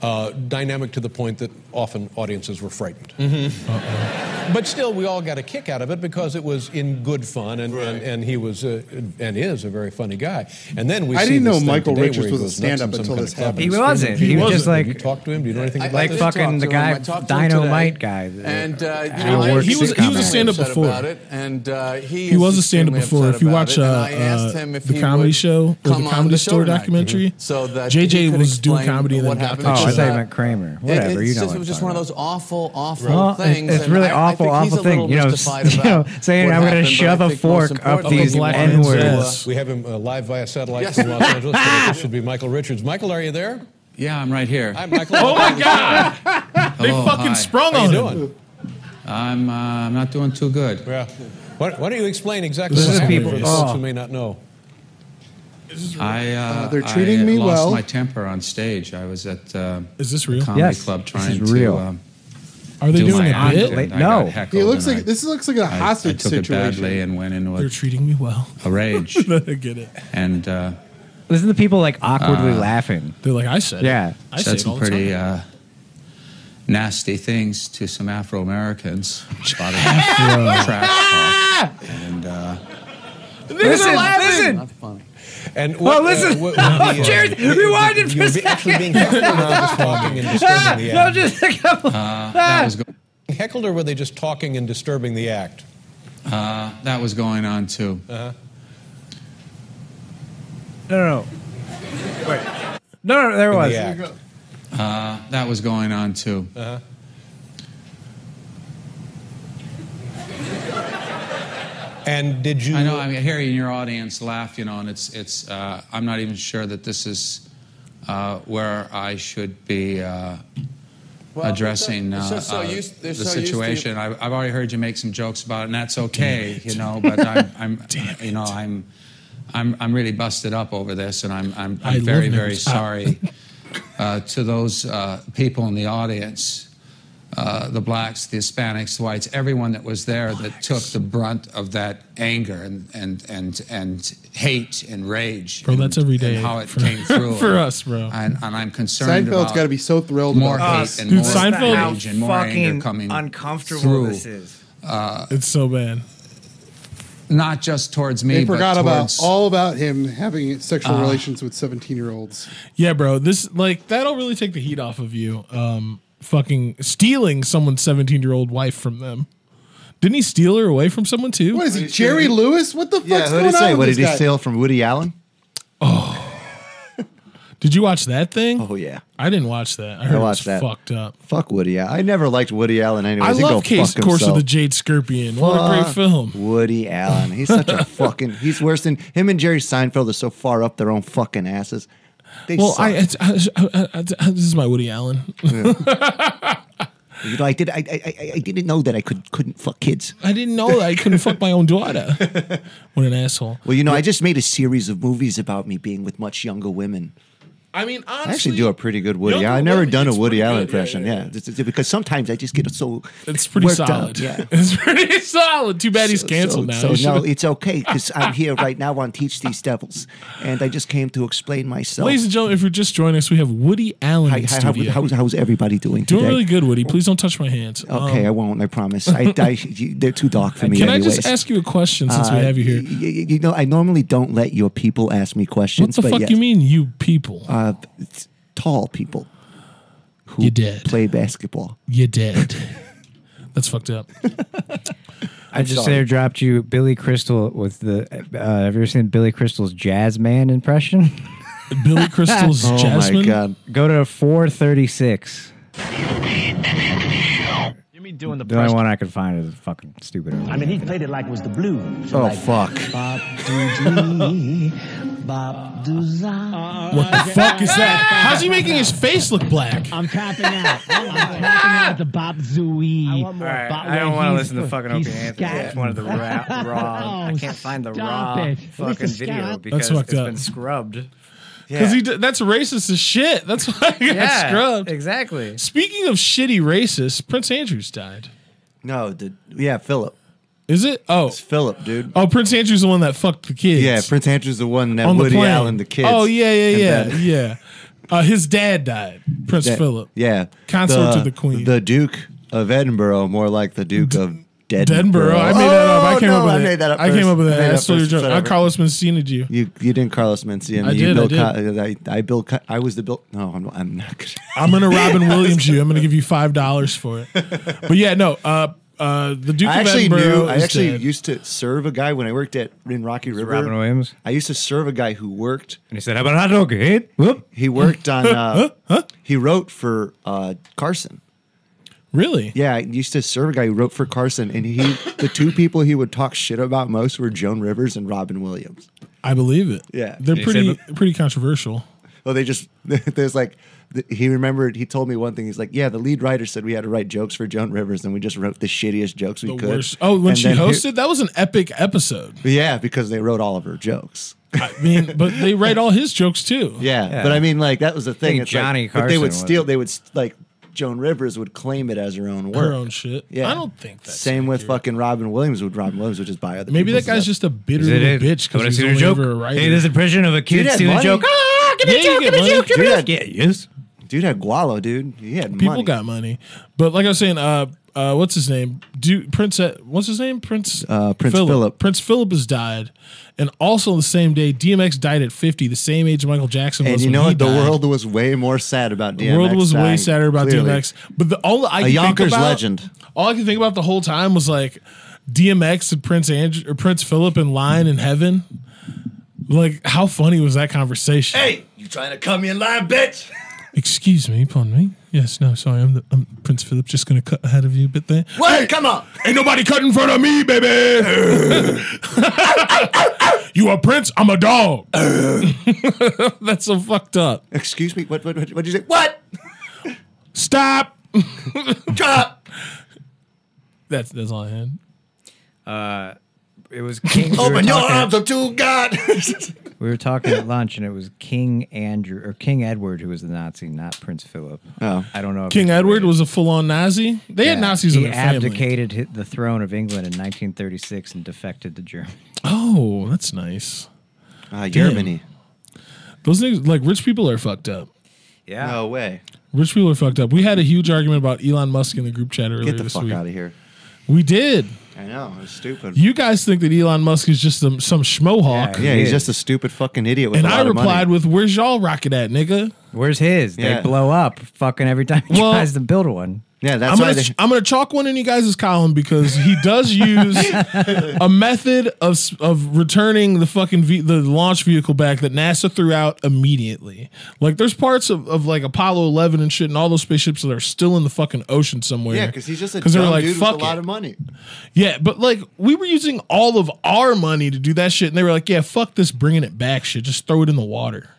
Speaker 8: uh, dynamic to the point that often audiences were frightened. But still, we all got a kick out of it because it was in good fun, and, and, and he was uh and is a very funny guy. And then we
Speaker 4: I
Speaker 8: see
Speaker 4: didn't
Speaker 8: this
Speaker 4: know
Speaker 8: thing
Speaker 4: Michael
Speaker 8: today where
Speaker 4: Richards
Speaker 8: he
Speaker 4: was a
Speaker 8: goes nuts
Speaker 4: stand-up
Speaker 8: in some
Speaker 4: until
Speaker 8: kind
Speaker 4: this
Speaker 8: of club and
Speaker 4: happened.
Speaker 5: He
Speaker 8: he's
Speaker 5: wasn't.
Speaker 8: screaming.
Speaker 5: He was just
Speaker 8: Did you
Speaker 5: like
Speaker 8: talk to him. Do you know anything
Speaker 7: I-
Speaker 8: about
Speaker 5: like
Speaker 7: did
Speaker 8: that?
Speaker 7: talk
Speaker 5: fucking the
Speaker 7: to him.
Speaker 5: guy,
Speaker 7: I talked to him
Speaker 5: Dino
Speaker 7: today.
Speaker 5: Mike guy. that-
Speaker 7: And uh, you
Speaker 5: Al
Speaker 7: know, I-
Speaker 5: Works
Speaker 6: He was- he was a stand-up
Speaker 7: upset
Speaker 6: before.
Speaker 7: about it, and uh, he
Speaker 6: He
Speaker 7: is
Speaker 6: was a stand-up before.
Speaker 7: extremely upset
Speaker 6: If you
Speaker 7: about
Speaker 6: watch
Speaker 7: it,
Speaker 6: uh,
Speaker 7: and I asked
Speaker 6: uh,
Speaker 7: him if
Speaker 6: the
Speaker 7: he
Speaker 6: comedy
Speaker 7: would
Speaker 6: show or
Speaker 7: come
Speaker 6: the
Speaker 7: on
Speaker 6: comedy
Speaker 7: the show
Speaker 6: store
Speaker 7: tonight.
Speaker 6: documentary,
Speaker 7: So that he
Speaker 6: JJ
Speaker 7: could
Speaker 6: was doing
Speaker 7: explain
Speaker 6: comedy and then
Speaker 7: what
Speaker 6: got the
Speaker 7: happened
Speaker 5: Oh, I
Speaker 7: to
Speaker 6: show.
Speaker 5: thought you
Speaker 7: that.
Speaker 5: meant Kramer.
Speaker 7: It-
Speaker 5: Whatever,
Speaker 7: it's
Speaker 5: you know.
Speaker 7: just,
Speaker 5: what
Speaker 7: it
Speaker 5: I'm
Speaker 7: was just
Speaker 5: talking
Speaker 7: one of
Speaker 5: about.
Speaker 7: those awful, awful
Speaker 5: Well, it's-
Speaker 7: things.
Speaker 5: it's
Speaker 7: and
Speaker 5: really
Speaker 7: I-
Speaker 5: awful,
Speaker 7: I think he's
Speaker 5: awful
Speaker 7: a little
Speaker 5: thing. You know,
Speaker 7: mystified
Speaker 5: you know,
Speaker 7: about
Speaker 5: saying
Speaker 7: what
Speaker 5: I'm gonna
Speaker 7: happened, but I
Speaker 5: shove a
Speaker 7: think
Speaker 5: fork up
Speaker 7: most importantly
Speaker 5: these
Speaker 7: was-
Speaker 6: black
Speaker 5: N-words.
Speaker 6: man's ass.
Speaker 8: We have him uh, live via satellite
Speaker 7: Yes.
Speaker 8: from Los Angeles. so this should be Michael Richards. Michael, are you there?
Speaker 9: Yeah, I'm right here.
Speaker 8: Hi, Michael.
Speaker 6: Oh my god! they
Speaker 9: Hello,
Speaker 6: fucking
Speaker 9: hi.
Speaker 6: sprung
Speaker 8: How you
Speaker 6: on him.
Speaker 8: doing?
Speaker 9: I'm, uh, I'm not doing too good.
Speaker 8: Yeah. Why, why don't you explain exactly
Speaker 6: This
Speaker 8: what
Speaker 6: is
Speaker 8: happened
Speaker 6: people-
Speaker 8: for the
Speaker 5: oh.
Speaker 8: folks who may not know?
Speaker 9: I, uh,
Speaker 4: they're treating
Speaker 9: I
Speaker 4: me
Speaker 9: lost
Speaker 4: well.
Speaker 9: my temper on stage. I was at uh,
Speaker 6: Is this real?
Speaker 9: a comedy
Speaker 5: Yes,
Speaker 9: club
Speaker 5: this
Speaker 9: trying
Speaker 5: is real.
Speaker 9: to um,
Speaker 6: Are they
Speaker 9: do
Speaker 6: doing
Speaker 9: my
Speaker 6: a
Speaker 9: act,
Speaker 6: bit?
Speaker 9: and I
Speaker 5: No.
Speaker 9: got
Speaker 4: He
Speaker 9: heckled
Speaker 4: looks
Speaker 9: and
Speaker 4: like
Speaker 9: I-
Speaker 4: this looks like a
Speaker 9: I-
Speaker 4: hostage
Speaker 9: I took it
Speaker 4: situation.
Speaker 9: badly and went into
Speaker 6: They're
Speaker 9: a,
Speaker 6: treating me well.
Speaker 9: a rage.
Speaker 6: I get it.
Speaker 9: and uh,
Speaker 5: Listen to people like awkwardly laughing.
Speaker 6: They're like, I said. it.
Speaker 5: Yeah.
Speaker 6: I said
Speaker 9: said
Speaker 6: it all
Speaker 9: some
Speaker 6: the
Speaker 9: pretty
Speaker 6: time.
Speaker 9: uh, nasty things to some Afro Americans. And uh,
Speaker 5: Listen, listen.
Speaker 8: And
Speaker 5: Well,
Speaker 8: what,
Speaker 5: Oh,
Speaker 8: uh,
Speaker 5: listen.
Speaker 8: what- what the, uh,
Speaker 5: Jerry,
Speaker 8: you- you-
Speaker 5: rewind it for
Speaker 8: you were
Speaker 5: a
Speaker 8: be- actually being heckled or were they just talking and
Speaker 5: Ah,
Speaker 8: disturbing the
Speaker 5: no,
Speaker 8: act?
Speaker 5: just a couple.
Speaker 9: Uh, that was go-
Speaker 8: Heckled or were they just talking and disturbing the act?
Speaker 9: uh, that was going on too.
Speaker 5: No, no, no. Wait. No, no, no, there it was.
Speaker 8: The act.
Speaker 9: Uh, That was going on too.
Speaker 8: And did you?
Speaker 9: I know. I mean, hearing your audience laugh, you know, and it's it's. Uh, I'm not even sure that this is uh, where I should be uh,
Speaker 7: Well,
Speaker 9: addressing
Speaker 7: they're
Speaker 9: uh,
Speaker 7: so- they're so
Speaker 9: uh,
Speaker 7: used- they're
Speaker 9: the
Speaker 7: so used to-
Speaker 9: situation. I, I've already heard you make some jokes about it, and that's okay, you know. But I'm, I'm uh, you know, I'm, I'm, I'm really busted up over this, and I'm, I'm,
Speaker 6: I
Speaker 9: I'm
Speaker 6: love
Speaker 9: very,
Speaker 6: numbers.
Speaker 9: very sorry uh, to those uh, people in the audience. Uh, the blacks, the Hispanics, the whites, everyone that was there that took the brunt of that anger and and and and hate and rage.
Speaker 6: Bro,
Speaker 9: and-
Speaker 6: that's every day
Speaker 9: And how it
Speaker 6: for-
Speaker 9: came through
Speaker 6: for us, bro.
Speaker 9: And, and I'm concerned.
Speaker 4: Seinfeld's
Speaker 9: about
Speaker 4: got to be so thrilled
Speaker 9: more
Speaker 4: about
Speaker 9: hate
Speaker 4: this.
Speaker 9: and
Speaker 6: Dude,
Speaker 9: more
Speaker 6: Seinfeld-
Speaker 9: Seinfeld, rage and more anger coming through,
Speaker 5: is.
Speaker 6: It's so bad.
Speaker 9: Not just towards me,
Speaker 4: They
Speaker 9: but
Speaker 4: forgot about
Speaker 9: towards
Speaker 4: all about him having sexual relations with seventeen-year-olds.
Speaker 6: Yeah, bro. This like that'll really take the heat off of you. Um, fucking stealing someone's 17 year old wife from them. Didn't he steal her away from someone too?
Speaker 4: What is he, Jerry Lewis? What the
Speaker 2: Yeah,
Speaker 4: fuck's
Speaker 2: who
Speaker 4: going
Speaker 2: did he
Speaker 4: on?
Speaker 2: say?
Speaker 4: with
Speaker 2: What
Speaker 4: this
Speaker 2: did he
Speaker 4: guy?
Speaker 2: steal from Woody Allen?
Speaker 6: Did you watch that thing?
Speaker 2: Oh yeah,
Speaker 6: I didn't watch that. I heard
Speaker 2: watched
Speaker 6: it was
Speaker 2: that.
Speaker 6: fucked up.
Speaker 2: fuck Woody. Allen. I never liked Woody Allen. Anyways,
Speaker 6: I
Speaker 2: He go
Speaker 6: love Case
Speaker 2: fuck
Speaker 5: Course
Speaker 6: Course of
Speaker 2: himself.
Speaker 6: the Jade Scorpion. What a great
Speaker 2: Fuck
Speaker 6: film.
Speaker 2: Woody Allen. He's such a fucking. He's worse than him and Jerry Seinfeld are so far up their own fucking asses. They
Speaker 6: Well,
Speaker 2: suck.
Speaker 6: I, it's- I, I, I, I- this is my Woody Allen.
Speaker 2: you know, I did. I, I I- I didn't know that I could couldn't fuck kids.
Speaker 6: I didn't know that I couldn't fuck my own daughter. What an asshole.
Speaker 2: Well, you know, I just made a series of movies about me being with much younger women.
Speaker 6: I mean, honestly,
Speaker 2: I actually do a pretty good Woody.
Speaker 6: Younger
Speaker 2: Allen. I've never
Speaker 6: women,
Speaker 2: done a
Speaker 6: it's
Speaker 2: Woody
Speaker 6: pretty
Speaker 2: Allen
Speaker 6: good, yeah,
Speaker 2: impression.
Speaker 6: yeah,
Speaker 2: Yeah, It's- it's- because sometimes I just get so.
Speaker 6: It's pretty
Speaker 2: worked up.
Speaker 6: solid.
Speaker 2: Yeah.
Speaker 6: It's pretty solid. Too bad he's
Speaker 2: So-
Speaker 6: canceled
Speaker 2: so,
Speaker 6: now.
Speaker 2: So no,
Speaker 6: He should've-
Speaker 2: it's okay because I'm here right now on Teach These Devils, and I just came to explain myself.
Speaker 6: Ladies and gentlemen, if you're just joining us, we have Woody Allen
Speaker 2: Hi-
Speaker 6: in
Speaker 2: hi- how,
Speaker 6: studio.
Speaker 2: how's, how's everybody doing
Speaker 6: Doing
Speaker 2: today?
Speaker 6: really good, Woody. Please don't touch my hands.
Speaker 2: Okay, I
Speaker 6: Um,
Speaker 2: won't. I promise. I, I you- they're too dark for me.
Speaker 6: can I
Speaker 2: anyways.
Speaker 6: just ask you a question since we
Speaker 2: Uh,
Speaker 6: have you here?
Speaker 2: y- y- You, know, I normally don't let your people ask me
Speaker 6: What
Speaker 2: questions.
Speaker 6: the
Speaker 2: but
Speaker 6: fuck
Speaker 2: yes,
Speaker 6: you mean, you people?
Speaker 2: Uh, it's tall people who
Speaker 6: You did.
Speaker 2: play basketball.
Speaker 6: you dead. That's fucked up.
Speaker 5: I just there dropped you Billy Crystal with the. Uh, have you ever seen Billy Crystal's Jazz Man impression?
Speaker 6: Billy Crystal's Jasmine.
Speaker 2: Oh my god!
Speaker 5: Go to four thirty six.
Speaker 10: You mean doing the
Speaker 5: The only one I could find is fucking stupid.
Speaker 10: I mean, he played it like it was the blues.
Speaker 2: Oh
Speaker 10: like,
Speaker 2: fuck!
Speaker 10: Bop doo bop doo za.
Speaker 6: What the fuck is that? How's he making his face look black?
Speaker 10: I'm tapping out. I'm tapping out the bop zooey. I want more.
Speaker 5: I don't want to listen to fucking Opie Anthony. I just wanted the raw. raw I
Speaker 10: Oh,
Speaker 5: can't find the
Speaker 10: stop
Speaker 5: raw
Speaker 10: it. At least
Speaker 5: fucking
Speaker 10: it's
Speaker 5: video
Speaker 10: got-
Speaker 5: because
Speaker 6: fucked
Speaker 5: it's
Speaker 6: up.
Speaker 5: been scrubbed.
Speaker 6: Because he d- that's racist as shit. That's why I got
Speaker 5: Yeah,
Speaker 6: scrubbed.
Speaker 5: exactly.
Speaker 6: Speaking of shitty racists, Prince Andrews died.
Speaker 2: No, the, yeah, Philip.
Speaker 6: Is it? Oh,
Speaker 2: It's Philip, dude.
Speaker 6: oh, Prince Andrews the one that fucked the kids.
Speaker 2: Yeah, Prince Andrew's the one that
Speaker 6: on the
Speaker 2: Woody
Speaker 6: plane.
Speaker 2: Allen, the kids.
Speaker 6: Oh yeah,
Speaker 2: and
Speaker 6: yeah, yeah,
Speaker 2: then-
Speaker 6: yeah. Uh, his dad died, Prince
Speaker 2: that-
Speaker 6: Philip.
Speaker 2: Yeah,
Speaker 6: Consort to the queen.
Speaker 2: the Duke of Edinburgh, more like the Duke of Denborough.
Speaker 6: Denborough. I made that up. I
Speaker 2: Oh,
Speaker 6: came
Speaker 2: no,
Speaker 6: up with
Speaker 2: I
Speaker 6: it.
Speaker 2: made that up.
Speaker 6: I came
Speaker 2: first.
Speaker 6: up with
Speaker 2: made
Speaker 6: that. I,
Speaker 2: up
Speaker 6: stole your
Speaker 2: first.
Speaker 6: joke. I
Speaker 2: Whatever.
Speaker 6: Uh, Carlos Menciaed you.
Speaker 2: You you didn't Carlos Mencia.
Speaker 6: I
Speaker 2: you
Speaker 6: did, I
Speaker 2: Bill Co- I, I Bill. Co- I was the Bill. No, I'm, I'm not. Gonna,
Speaker 6: I'm gonna Robin Williams you. I'm gonna give you five dollars for it. But yeah, no. Uh, uh, the Duke
Speaker 2: I
Speaker 6: of
Speaker 2: actually
Speaker 6: Edinburgh.
Speaker 2: knew. I
Speaker 6: is
Speaker 2: actually
Speaker 6: dead.
Speaker 2: used to serve a guy when I worked at in Rocky River.
Speaker 5: Robin Williams.
Speaker 2: I used to serve a guy who worked.
Speaker 5: And he said, "How about a hot dog? Hit whoop."
Speaker 2: He worked on. Uh, He wrote for uh, Carson.
Speaker 6: really.
Speaker 2: Yeah, I used to serve a guy who wrote for Carson, and he the two people he would talk shit about most were Joan Rivers and Robin Williams.
Speaker 6: I believe it.
Speaker 2: Yeah.
Speaker 6: they're
Speaker 2: He
Speaker 6: pretty pretty controversial.
Speaker 2: Well, they just there's like th- he remembered he told me one thing. He's like, yeah, the lead writer said we had to write jokes for Joan Rivers, and we just wrote the shittiest jokes we
Speaker 6: The
Speaker 2: could.
Speaker 6: worst. Oh, when
Speaker 2: And
Speaker 6: she
Speaker 2: then-
Speaker 6: hosted, that was an epic episode.
Speaker 2: yeah, because they wrote all of her jokes.
Speaker 6: I mean, but they write all his jokes too.
Speaker 2: Yeah,
Speaker 5: Yeah.
Speaker 2: but I mean, like that was the thing.
Speaker 5: think
Speaker 2: It's like-
Speaker 5: Johnny
Speaker 2: but they would
Speaker 5: Carson
Speaker 2: steal.
Speaker 5: was-
Speaker 2: They would s- like Joan Rivers would claim it as her own work.
Speaker 6: her own shit.
Speaker 2: Yeah,
Speaker 6: I don't think that's
Speaker 2: same with
Speaker 6: accurate.
Speaker 2: fucking Robin Williams. Would Robin Williams would just buy other
Speaker 6: Maybe that
Speaker 2: people's
Speaker 6: guy's
Speaker 2: stuff.
Speaker 6: just a bitter little bitch because he's only ever a writer.
Speaker 5: Hey, this impression of a
Speaker 2: Dude
Speaker 5: kid
Speaker 2: had
Speaker 5: stealing a
Speaker 2: money.
Speaker 5: joke. Ah, give me
Speaker 6: Yeah,
Speaker 5: a
Speaker 6: you
Speaker 5: joke.
Speaker 6: get
Speaker 5: Give me a
Speaker 6: money.
Speaker 5: joke. Give me a
Speaker 2: Dude
Speaker 5: joke.
Speaker 2: had-
Speaker 5: Yeah, yes.
Speaker 2: dude had gualo, dude. He had
Speaker 6: People
Speaker 2: money.
Speaker 6: got money, but like I was saying, uh, uh, what's his name? Do Prince? uh, What's his name? Prince.
Speaker 2: Uh, Prince Philip.
Speaker 6: Prince Philip has died, and also on the same day, DMX died at fifty, the same age Michael Jackson was.
Speaker 2: and you
Speaker 6: when
Speaker 2: know
Speaker 6: he
Speaker 2: what? The
Speaker 6: died.
Speaker 2: world was way more sad about DMX.
Speaker 6: The world was way
Speaker 2: dying,
Speaker 6: sadder about
Speaker 2: clearly.
Speaker 6: DMX, but the all I
Speaker 2: A
Speaker 6: could
Speaker 2: Yonkers
Speaker 6: think about,
Speaker 2: legend.
Speaker 6: All I could think about the whole time was like DMX and Prince Andrew or Prince Philip in line in heaven. Like, how funny was that conversation?
Speaker 2: Hey, you trying to come in line, bitch?
Speaker 6: Excuse me, pardon me. Yes, no, sorry. I'm, the, I'm Prince Philip. Just going to cut ahead of you a bit there.
Speaker 2: What? Come on.
Speaker 6: Ain't nobody cut in front of me, baby. you a prince? I'm a dog. That's so fucked up.
Speaker 2: Excuse me. What? What? What did you say? What?
Speaker 6: Stop.
Speaker 2: Cop.
Speaker 6: That's that's all I had.
Speaker 5: It was King. we were
Speaker 2: Open your
Speaker 5: talking-
Speaker 2: arms up to God.
Speaker 5: We were talking at lunch, and it was King Andrew or King Edward who was the Nazi, not Prince Philip.
Speaker 2: Oh.
Speaker 5: I don't know. if
Speaker 6: King
Speaker 5: it's
Speaker 6: Edward
Speaker 5: related.
Speaker 6: was a full on Nazi. They had
Speaker 5: Yeah.
Speaker 6: Nazis
Speaker 5: He
Speaker 6: in their family.
Speaker 5: abdicated hi- the throne of England in 1936 and defected to Germany.
Speaker 6: Oh, that's nice.
Speaker 2: Ah, Germany.
Speaker 6: Those things, like rich people are fucked up.
Speaker 5: Yeah.
Speaker 2: No way.
Speaker 6: Rich people are fucked up. We had a huge argument about Elon Musk in the group chat earlier
Speaker 2: Get the
Speaker 6: this
Speaker 2: fuck
Speaker 6: week.
Speaker 2: out of here.
Speaker 6: We did.
Speaker 2: I know. It's stupid.
Speaker 6: You guys think that Elon Musk is just some, some schmohawk.
Speaker 2: yeah, he's just a stupid fucking idiot. With
Speaker 6: and
Speaker 2: a lot
Speaker 6: I
Speaker 2: of money.
Speaker 6: replied with, Where's y'all rocket at, nigga?
Speaker 5: Where's his?
Speaker 2: Yeah.
Speaker 5: They blow up fucking every time he
Speaker 6: Well-
Speaker 5: tries to build one.
Speaker 2: "Yeah, that's
Speaker 6: I'm
Speaker 2: why."
Speaker 6: gonna,
Speaker 2: They,
Speaker 6: I'm gonna chalk one in you guys' column because he does use a method of s- of returning the fucking ve- the launch vehicle back that NASA threw out immediately. Like there's parts of, of like Apollo 11 and shit and all those spaceships that are still in the fucking ocean somewhere.
Speaker 2: yeah, because he's just a
Speaker 6: 'Cause
Speaker 2: dumb dude with a
Speaker 6: it.
Speaker 2: lot of money.
Speaker 6: Yeah, but like we were using all of our money to do that shit, and they were like, "Yeah, fuck this, bringing it back shit. Just throw it in the water."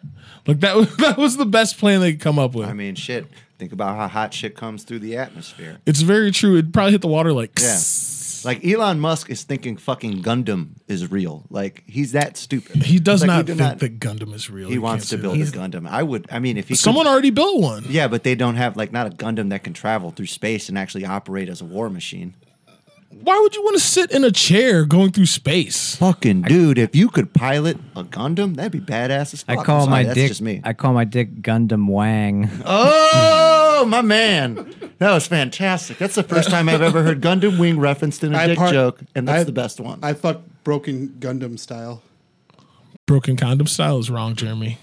Speaker 6: Like that was that was the best plan they could come up with.
Speaker 2: I mean, shit. Think about how hot shit comes through the atmosphere.
Speaker 6: it's very true. It probably hit the water like
Speaker 2: Yeah. Like Elon Musk is thinking fucking Gundam is real. Like he's that stupid.
Speaker 6: He does
Speaker 2: Like,
Speaker 6: not
Speaker 2: did
Speaker 6: think that Gundam is real.
Speaker 2: he
Speaker 6: You
Speaker 2: wants
Speaker 6: can't
Speaker 2: to
Speaker 6: say
Speaker 2: build a Gundam. I would. I mean, if he
Speaker 6: that. Someone
Speaker 2: could,
Speaker 6: already built one.
Speaker 2: yeah, but they don't have like not a Gundam that can travel through space and actually operate as a war machine.
Speaker 6: Why would you want to sit in a chair going through space?
Speaker 2: Fucking dude, if you could pilot a Gundam, that'd be badass as
Speaker 5: I
Speaker 2: fuck.
Speaker 5: call
Speaker 2: I'm sorry,
Speaker 5: my
Speaker 2: that's
Speaker 5: dick.
Speaker 2: Just me.
Speaker 5: I call my dick Gundam Wang.
Speaker 2: oh, my man. That was fantastic. That's the first time I've ever heard Gundam Wing referenced in a dick
Speaker 4: part-
Speaker 2: joke, and that's
Speaker 4: I-
Speaker 2: the best one.
Speaker 4: I fuck broken Gundam style.
Speaker 6: Broken condom style is wrong, Jeremy.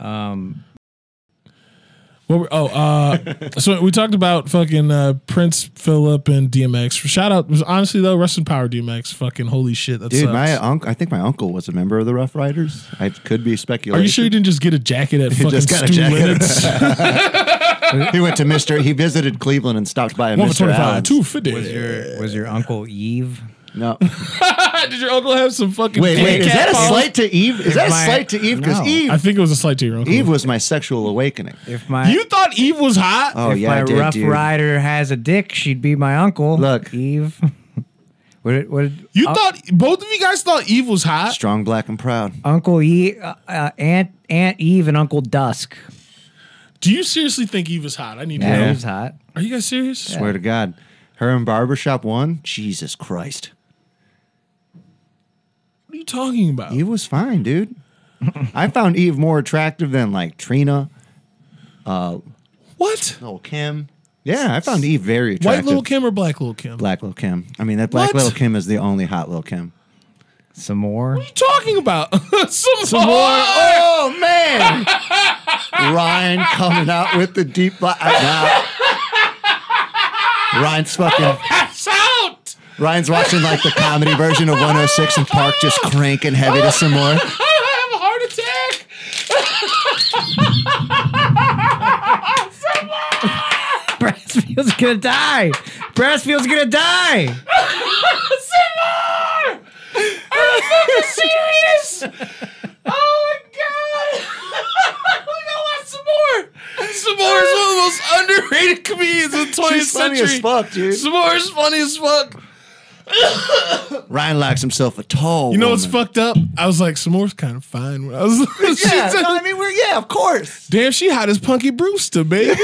Speaker 2: Oh.
Speaker 5: Um,
Speaker 6: What were, oh, uh, so we talked about fucking uh, Prince Philip and DMX. Shout out, was honestly though, rest in power, DMX. Fucking holy shit, that
Speaker 2: Dude,
Speaker 6: sucks.
Speaker 2: my uncle. I think my uncle was a member of the Rough Riders. I could be
Speaker 6: Are
Speaker 2: speculating.
Speaker 6: you sure you didn't just get a jacket at fucking
Speaker 2: just got a
Speaker 6: Stu
Speaker 2: jacket.
Speaker 6: Lennox?
Speaker 2: he went to Mister? He visited Cleveland and stopped by a
Speaker 6: One for
Speaker 2: Mister
Speaker 6: twenty five,
Speaker 2: Allen's.
Speaker 6: two fifty.
Speaker 5: Was your was your uncle Eve?
Speaker 2: No,
Speaker 6: Did your uncle have some fucking?
Speaker 2: wait, wait. Is
Speaker 6: cat
Speaker 2: that a
Speaker 6: balls?
Speaker 2: slight to Eve? Is that a
Speaker 5: my-
Speaker 2: slight to Eve? Because
Speaker 5: No.
Speaker 2: Eve,
Speaker 6: I think it was a slight to your uncle.
Speaker 2: Eve was my sexual awakening.
Speaker 5: If my
Speaker 6: you thought Eve was hot?
Speaker 2: Oh
Speaker 5: if
Speaker 2: yeah,
Speaker 5: my
Speaker 2: I did,
Speaker 5: Rough
Speaker 2: dude.
Speaker 5: Rider has a dick, she'd be my uncle.
Speaker 2: Look.
Speaker 5: Eve. what did, what did, uh,
Speaker 6: you
Speaker 2: Oh.
Speaker 5: Un-
Speaker 6: thought both of you guys thought Eve was hot?
Speaker 2: Strong, black, and proud.
Speaker 5: Uncle Eve, uh, uh, Aunt Aunt Eve, and Uncle Dusk?
Speaker 6: Do you seriously think Eve was hot? I need
Speaker 5: Yeah,
Speaker 6: to know.
Speaker 5: he was hot.
Speaker 6: Are you guys serious?
Speaker 2: Swear to God, her and Barbershop One. Jesus Christ,
Speaker 6: What are you talking about?
Speaker 2: Eve was fine, dude. I found Eve more attractive than like Trina,
Speaker 6: What?
Speaker 2: Little Kim. Yeah, I found Eve very
Speaker 6: White
Speaker 2: attractive.
Speaker 6: little Kim or black little Kim?
Speaker 2: Black Lil Kim. I mean, that Black
Speaker 6: What?
Speaker 2: Lil Kim is the only hot Lil Kim.
Speaker 5: Some more.
Speaker 6: What are you talking about? some, more.
Speaker 2: Oh man, Ryan coming out with the deep. Black, Nah. Ryan's fucking.
Speaker 6: Pass out.
Speaker 2: Ryan's watching like the comedy version of 106 and Park just cranking heavy to some more.
Speaker 6: I have a heart attack.
Speaker 5: Brassfield's gonna die. Brassfield's gonna die.
Speaker 6: Some more. Are you fucking serious? Oh my god. we gotta watch some more. Samore is one of the most underrated comedians of the 20th
Speaker 2: She's funny
Speaker 6: century.
Speaker 2: as fuck, dude.
Speaker 6: Samore is funny as fuck.
Speaker 2: Ryan likes himself a tall.
Speaker 6: You know what's
Speaker 2: woman.
Speaker 6: fucked up? I was like, Samore's kind of fine. I was, she
Speaker 2: Yeah,
Speaker 6: said-
Speaker 2: no, I mean we're yeah, of course.
Speaker 6: Damn, she hot as Punky Brewster, baby.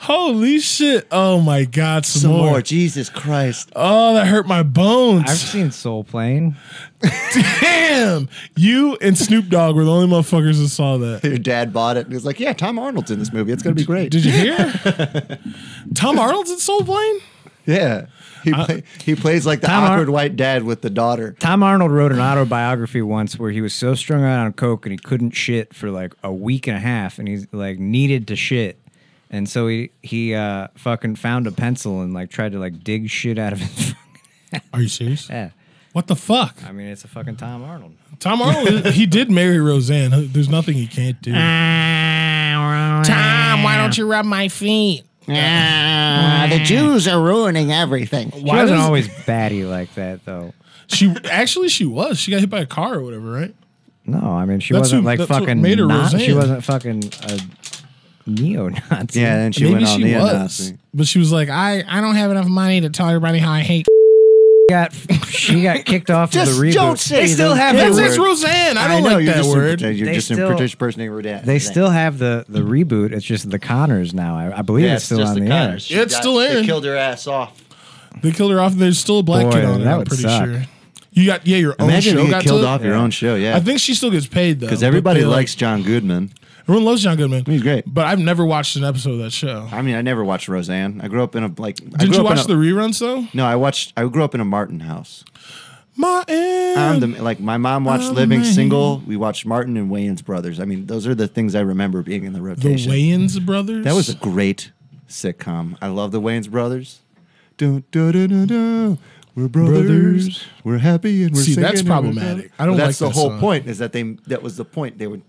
Speaker 6: Holy shit. Oh my God, some,
Speaker 2: Some
Speaker 6: more.
Speaker 2: more, Jesus Christ.
Speaker 6: Oh, that hurt my
Speaker 5: I've
Speaker 6: bones.
Speaker 5: seen Soul Plane.
Speaker 6: Damn. You and Snoop Dogg were the only motherfuckers that saw that.
Speaker 2: Your dad bought it and he's like, "Yeah, Tom Arnold's in this movie. It's gonna be great."
Speaker 6: Did you hear? Tom Arnold's in Soul Plane?
Speaker 2: Yeah, he
Speaker 6: uh,
Speaker 2: play, he plays like the
Speaker 5: Tom Ar-
Speaker 2: awkward white dad with the daughter.
Speaker 5: Tom Arnold wrote an autobiography once where he was so strung out on coke and he couldn't shit for like a week and a half, and he's like needed to shit, and so he he uh, fucking found a pencil and like tried to like dig shit out of his.
Speaker 6: Are you serious?
Speaker 5: yeah,
Speaker 6: What the fuck?
Speaker 5: I mean it's a fucking Tom Arnold.
Speaker 6: Tom Arnold, he did marry Roseanne. There's nothing he can't do. Tom, why don't you rub my feet?
Speaker 2: Uh, the Jews are ruining everything.
Speaker 5: Uh, She wasn't always batty like that though.
Speaker 6: She actually she was. She got hit by a car or whatever, right?
Speaker 5: No, I mean she
Speaker 6: That's
Speaker 5: wasn't
Speaker 6: who-
Speaker 5: like
Speaker 6: that's what
Speaker 5: fucking.
Speaker 6: made her
Speaker 5: not- she
Speaker 6: Roseanne.
Speaker 5: wasn't fucking a neo-Nazi.
Speaker 2: Yeah, and she
Speaker 6: Maybe
Speaker 2: went on
Speaker 6: she
Speaker 2: the
Speaker 6: was,
Speaker 2: Nazi.
Speaker 6: but she was like, I, I don't have enough money to tell everybody how I hate.
Speaker 5: got she got kicked off of
Speaker 2: Just
Speaker 5: the reboot.
Speaker 2: don't say
Speaker 5: they still
Speaker 2: the
Speaker 5: have
Speaker 2: F
Speaker 6: That's
Speaker 5: the,
Speaker 2: word.
Speaker 6: it's Roseanne. I don't
Speaker 2: know,
Speaker 6: like
Speaker 2: you're
Speaker 6: that
Speaker 2: just
Speaker 6: word.
Speaker 2: In, you're
Speaker 5: They
Speaker 2: just
Speaker 5: still-
Speaker 2: in British person were dead.
Speaker 5: they still have the the reboot. It's just the Connors now. I, I believe
Speaker 2: yeah,
Speaker 5: it's still
Speaker 2: just
Speaker 5: on the,
Speaker 2: the
Speaker 5: air.
Speaker 2: Connors. She
Speaker 6: It's still airing.
Speaker 2: They killed her ass off.
Speaker 6: they killed her off. and There's still a black
Speaker 5: Boy,
Speaker 6: kid on it.
Speaker 5: that
Speaker 6: I'm
Speaker 5: would
Speaker 6: pretty
Speaker 5: suck.
Speaker 6: sure. You got yeah, your own
Speaker 2: Imagine
Speaker 6: show
Speaker 2: you
Speaker 6: got
Speaker 2: get killed
Speaker 6: took-
Speaker 2: off your own show. Yeah,
Speaker 6: I think she still gets paid though
Speaker 2: because everybody
Speaker 6: but they, like-
Speaker 2: likes John Goodman.
Speaker 6: Everyone loves John Goodman.
Speaker 2: He's great.
Speaker 6: But I've never watched an episode of that show.
Speaker 2: I mean, I never watched Roseanne. I grew up in a like. I
Speaker 6: Did
Speaker 2: grew
Speaker 6: you
Speaker 2: up in
Speaker 6: watch
Speaker 2: a-
Speaker 6: the reruns though?
Speaker 2: No, I watched. I grew up in a Martin house.
Speaker 6: Martin.
Speaker 2: I'm the like my mom watched Living Single. We watched Martin and Wayans Brothers. I mean, those are the things I remember being in the
Speaker 6: the
Speaker 2: rotation.
Speaker 6: Wayans brothers.
Speaker 2: That was a great sitcom. I love the Wayans Brothers. Dun, dun, dun, dun, dun. We're brothers.
Speaker 6: Brothers.
Speaker 2: We're happy and we're
Speaker 6: See,
Speaker 2: singing
Speaker 6: that's
Speaker 2: and we're
Speaker 6: problematic.
Speaker 2: together.
Speaker 6: I don't
Speaker 2: That's
Speaker 6: like
Speaker 2: the
Speaker 6: that
Speaker 2: whole
Speaker 6: song.
Speaker 2: point. Is that they? That was the point. They would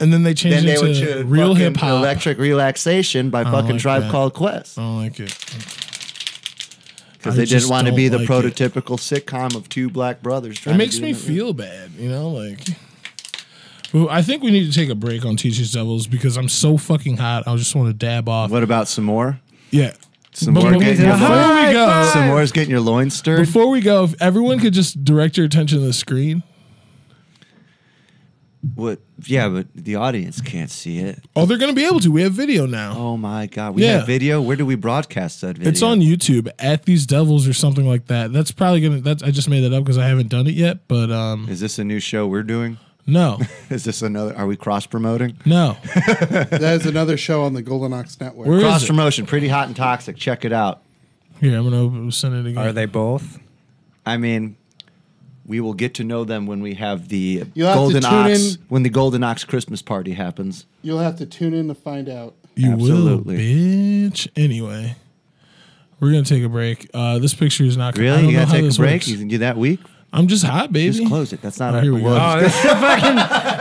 Speaker 6: and then they changed
Speaker 2: then they
Speaker 6: it
Speaker 2: would
Speaker 6: to
Speaker 2: choose
Speaker 6: real
Speaker 2: fucking
Speaker 6: hip hop.
Speaker 2: Electric relaxation by
Speaker 6: don't
Speaker 2: fucking
Speaker 6: like
Speaker 2: Tribe
Speaker 6: that.
Speaker 2: Called Quest
Speaker 6: I don't like it.
Speaker 2: because
Speaker 6: I
Speaker 2: they
Speaker 6: just
Speaker 2: didn't want to
Speaker 6: don't
Speaker 2: be the
Speaker 6: like it.
Speaker 2: prototypical sitcom of two black brothers.
Speaker 6: It
Speaker 2: trying to
Speaker 6: makes
Speaker 2: do
Speaker 6: me
Speaker 2: that.
Speaker 6: feel bad, you know, like. Well, I think we need to take a break on Teacher's Devils because I'm so fucking hot. I just want to dab off.
Speaker 2: What about some more?
Speaker 6: Yeah.
Speaker 2: Some
Speaker 6: But
Speaker 2: more
Speaker 6: before
Speaker 2: getting your loins.
Speaker 6: we go,
Speaker 2: Some more's getting your loins stirred.
Speaker 6: before we go, if everyone could just direct your attention to the screen.
Speaker 2: what? Yeah, but the audience can't see it.
Speaker 6: Oh, they're going to be able to. We have video now.
Speaker 2: Oh my god, we
Speaker 6: Yeah.
Speaker 2: have video. Where do we broadcast that video?
Speaker 6: It's on YouTube at these devils or something like that. That's probably gonna. That's I just made that up because I haven't done it yet. But um,
Speaker 2: Is this a new show we're doing?
Speaker 6: no,
Speaker 2: Is this another? Are we cross promoting?
Speaker 6: no.
Speaker 4: That is another show on the Golden Ox Network.
Speaker 6: Where
Speaker 2: Cross
Speaker 6: is it?
Speaker 2: promotion, pretty hot and toxic. Check it out.
Speaker 6: Here, I'm gonna open- send it again.
Speaker 5: Are they both?
Speaker 2: I mean, we will get to know them when we have the
Speaker 4: You'll have to
Speaker 2: Golden
Speaker 4: tune
Speaker 2: Ox
Speaker 4: in.
Speaker 2: when the Golden Ox Christmas party happens.
Speaker 4: You'll have to tune in to find out.
Speaker 6: You
Speaker 2: Absolutely.
Speaker 6: will, bitch. Anyway, we're gonna take a break. Uh, this picture is not. I
Speaker 2: Really,
Speaker 6: don't
Speaker 2: you
Speaker 6: know
Speaker 2: gotta
Speaker 6: how
Speaker 2: take a
Speaker 6: this
Speaker 2: break.
Speaker 6: works.
Speaker 2: You can get that week.
Speaker 6: I'm just hot, baby.
Speaker 2: Just close it. That's not
Speaker 6: Oh,
Speaker 2: a
Speaker 6: here we go.
Speaker 2: well,
Speaker 5: this is fucking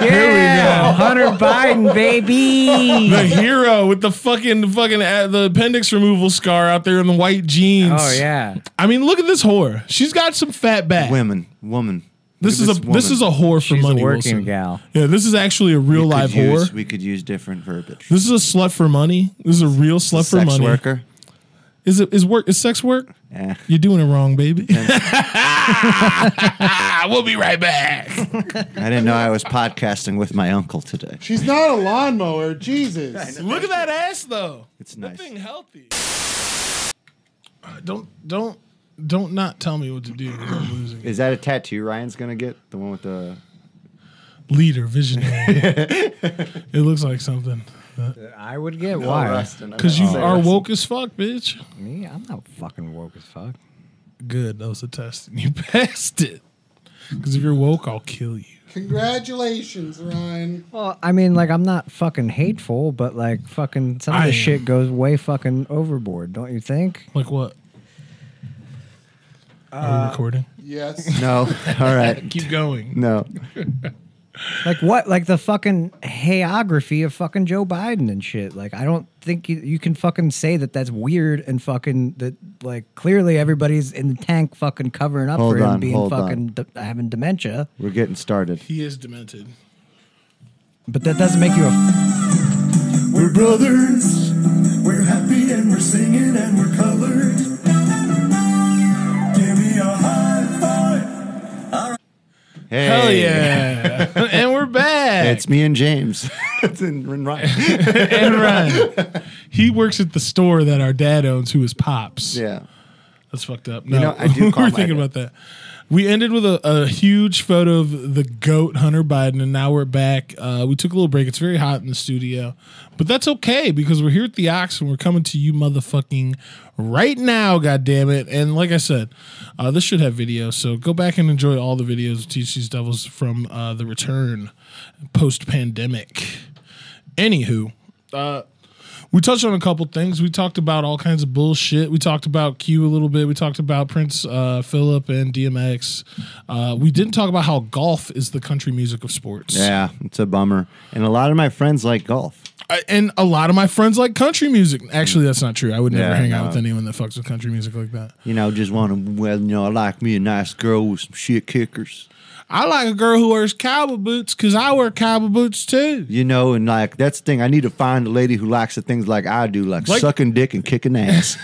Speaker 5: yeah, Hunter Biden, baby.
Speaker 6: The hero with the fucking fucking uh, the appendix removal scar out there in the white jeans.
Speaker 5: Oh yeah,
Speaker 6: I mean, look at this whore. She's got some fat back.
Speaker 2: Women, woman.
Speaker 6: This
Speaker 2: Look
Speaker 6: is
Speaker 2: at
Speaker 6: a this
Speaker 2: woman.
Speaker 6: is a whore for
Speaker 5: She's a
Speaker 6: money.
Speaker 5: working
Speaker 6: Wilson.
Speaker 5: gal.
Speaker 6: Yeah, this is actually a real
Speaker 2: We
Speaker 6: live
Speaker 2: could use-
Speaker 6: whore.
Speaker 2: We could use different verbiage.
Speaker 6: This is a slut for money. This is a real slut for
Speaker 2: Sex
Speaker 6: money.
Speaker 2: worker.
Speaker 6: Is it is work is sex work?
Speaker 2: Eh.
Speaker 6: You're doing it wrong, baby. we'll be right back.
Speaker 2: I didn't know I was podcasting with my uncle today.
Speaker 4: She's not a lawnmower. Jesus.
Speaker 6: Look at that ass though.
Speaker 2: It's nice.
Speaker 6: That thing healthy. Uh, Don't don't don't not tell me what to do. 'cause I'm losing. it.
Speaker 2: Is that a tattoo Ryan's gonna get? The one with the
Speaker 6: Leader, visionary. it looks like something. Uh,
Speaker 5: I would get why.
Speaker 6: Cause you are woke as fuck, bitch.
Speaker 5: Me, I'm not fucking woke as fuck.
Speaker 6: Good, that was a test. You passed it. Cause if you're woke, I'll kill you.
Speaker 4: Congratulations, Ryan.
Speaker 5: Well, I mean, like I'm not fucking hateful, but like fucking some of
Speaker 6: I
Speaker 5: this
Speaker 6: am.
Speaker 5: shit goes way fucking overboard, don't you think?
Speaker 6: Like what? Are we recording?
Speaker 4: Yes.
Speaker 2: No. All right.
Speaker 6: Uh, Keep going.
Speaker 2: No.
Speaker 5: Like what? Like the fucking hagiography of fucking Joe Biden and shit. Like I don't think you, you can fucking say that that's weird and fucking that like clearly everybody's in the tank fucking covering up
Speaker 2: Hold
Speaker 5: for
Speaker 2: on,
Speaker 5: him being
Speaker 2: hold
Speaker 5: fucking de- having dementia.
Speaker 2: We're getting started.
Speaker 6: He is demented.
Speaker 5: But that doesn't make you a
Speaker 1: We're brothers. We're happy and we're singing and we're colored. Give me a high five.
Speaker 2: Hey.
Speaker 6: Hell yeah! and we're back.
Speaker 2: It's me and James. it's in, in Ryan.
Speaker 6: and Ryan. He works at the store that our dad owns, who is Pops.
Speaker 2: yeah.
Speaker 6: That's fucked up. No,
Speaker 2: know, I do
Speaker 6: we
Speaker 2: call
Speaker 6: we're
Speaker 2: my
Speaker 6: thinking
Speaker 2: dad.
Speaker 6: about that. We ended with a, a huge photo of the goat Hunter Biden, and now we're back. Uh, we took a little break. It's very hot in the studio, but that's okay because we're here at the Ox and we're coming to you, motherfucking, right now. God damn it! And like I said, uh, this should have video, so go back and enjoy all the videos of Teach These Devils from uh, the return post pandemic. Anywho, uh, we touched on a couple things. We talked about all kinds of bullshit. We talked about Q a little bit. We talked about Prince uh, Philip and DMX. Uh, we didn't talk about how golf is the country music of sports.
Speaker 2: Yeah. It's a bummer. And a lot of my friends like golf.
Speaker 6: I, and a lot of my friends like country music. Actually, that's not true. I would never
Speaker 2: Yeah,
Speaker 6: hang out
Speaker 2: no.
Speaker 6: with anyone that fucks with country music like that.
Speaker 2: You know, just want to, well, you know, I like me a nice girl with some shit kickers.
Speaker 6: I like a girl who wears cowboy boots because I wear cowboy boots too.
Speaker 2: You know, and like, that's the thing. I need to find a lady who likes the things like I do, like,
Speaker 6: Like-
Speaker 2: sucking dick and kicking ass.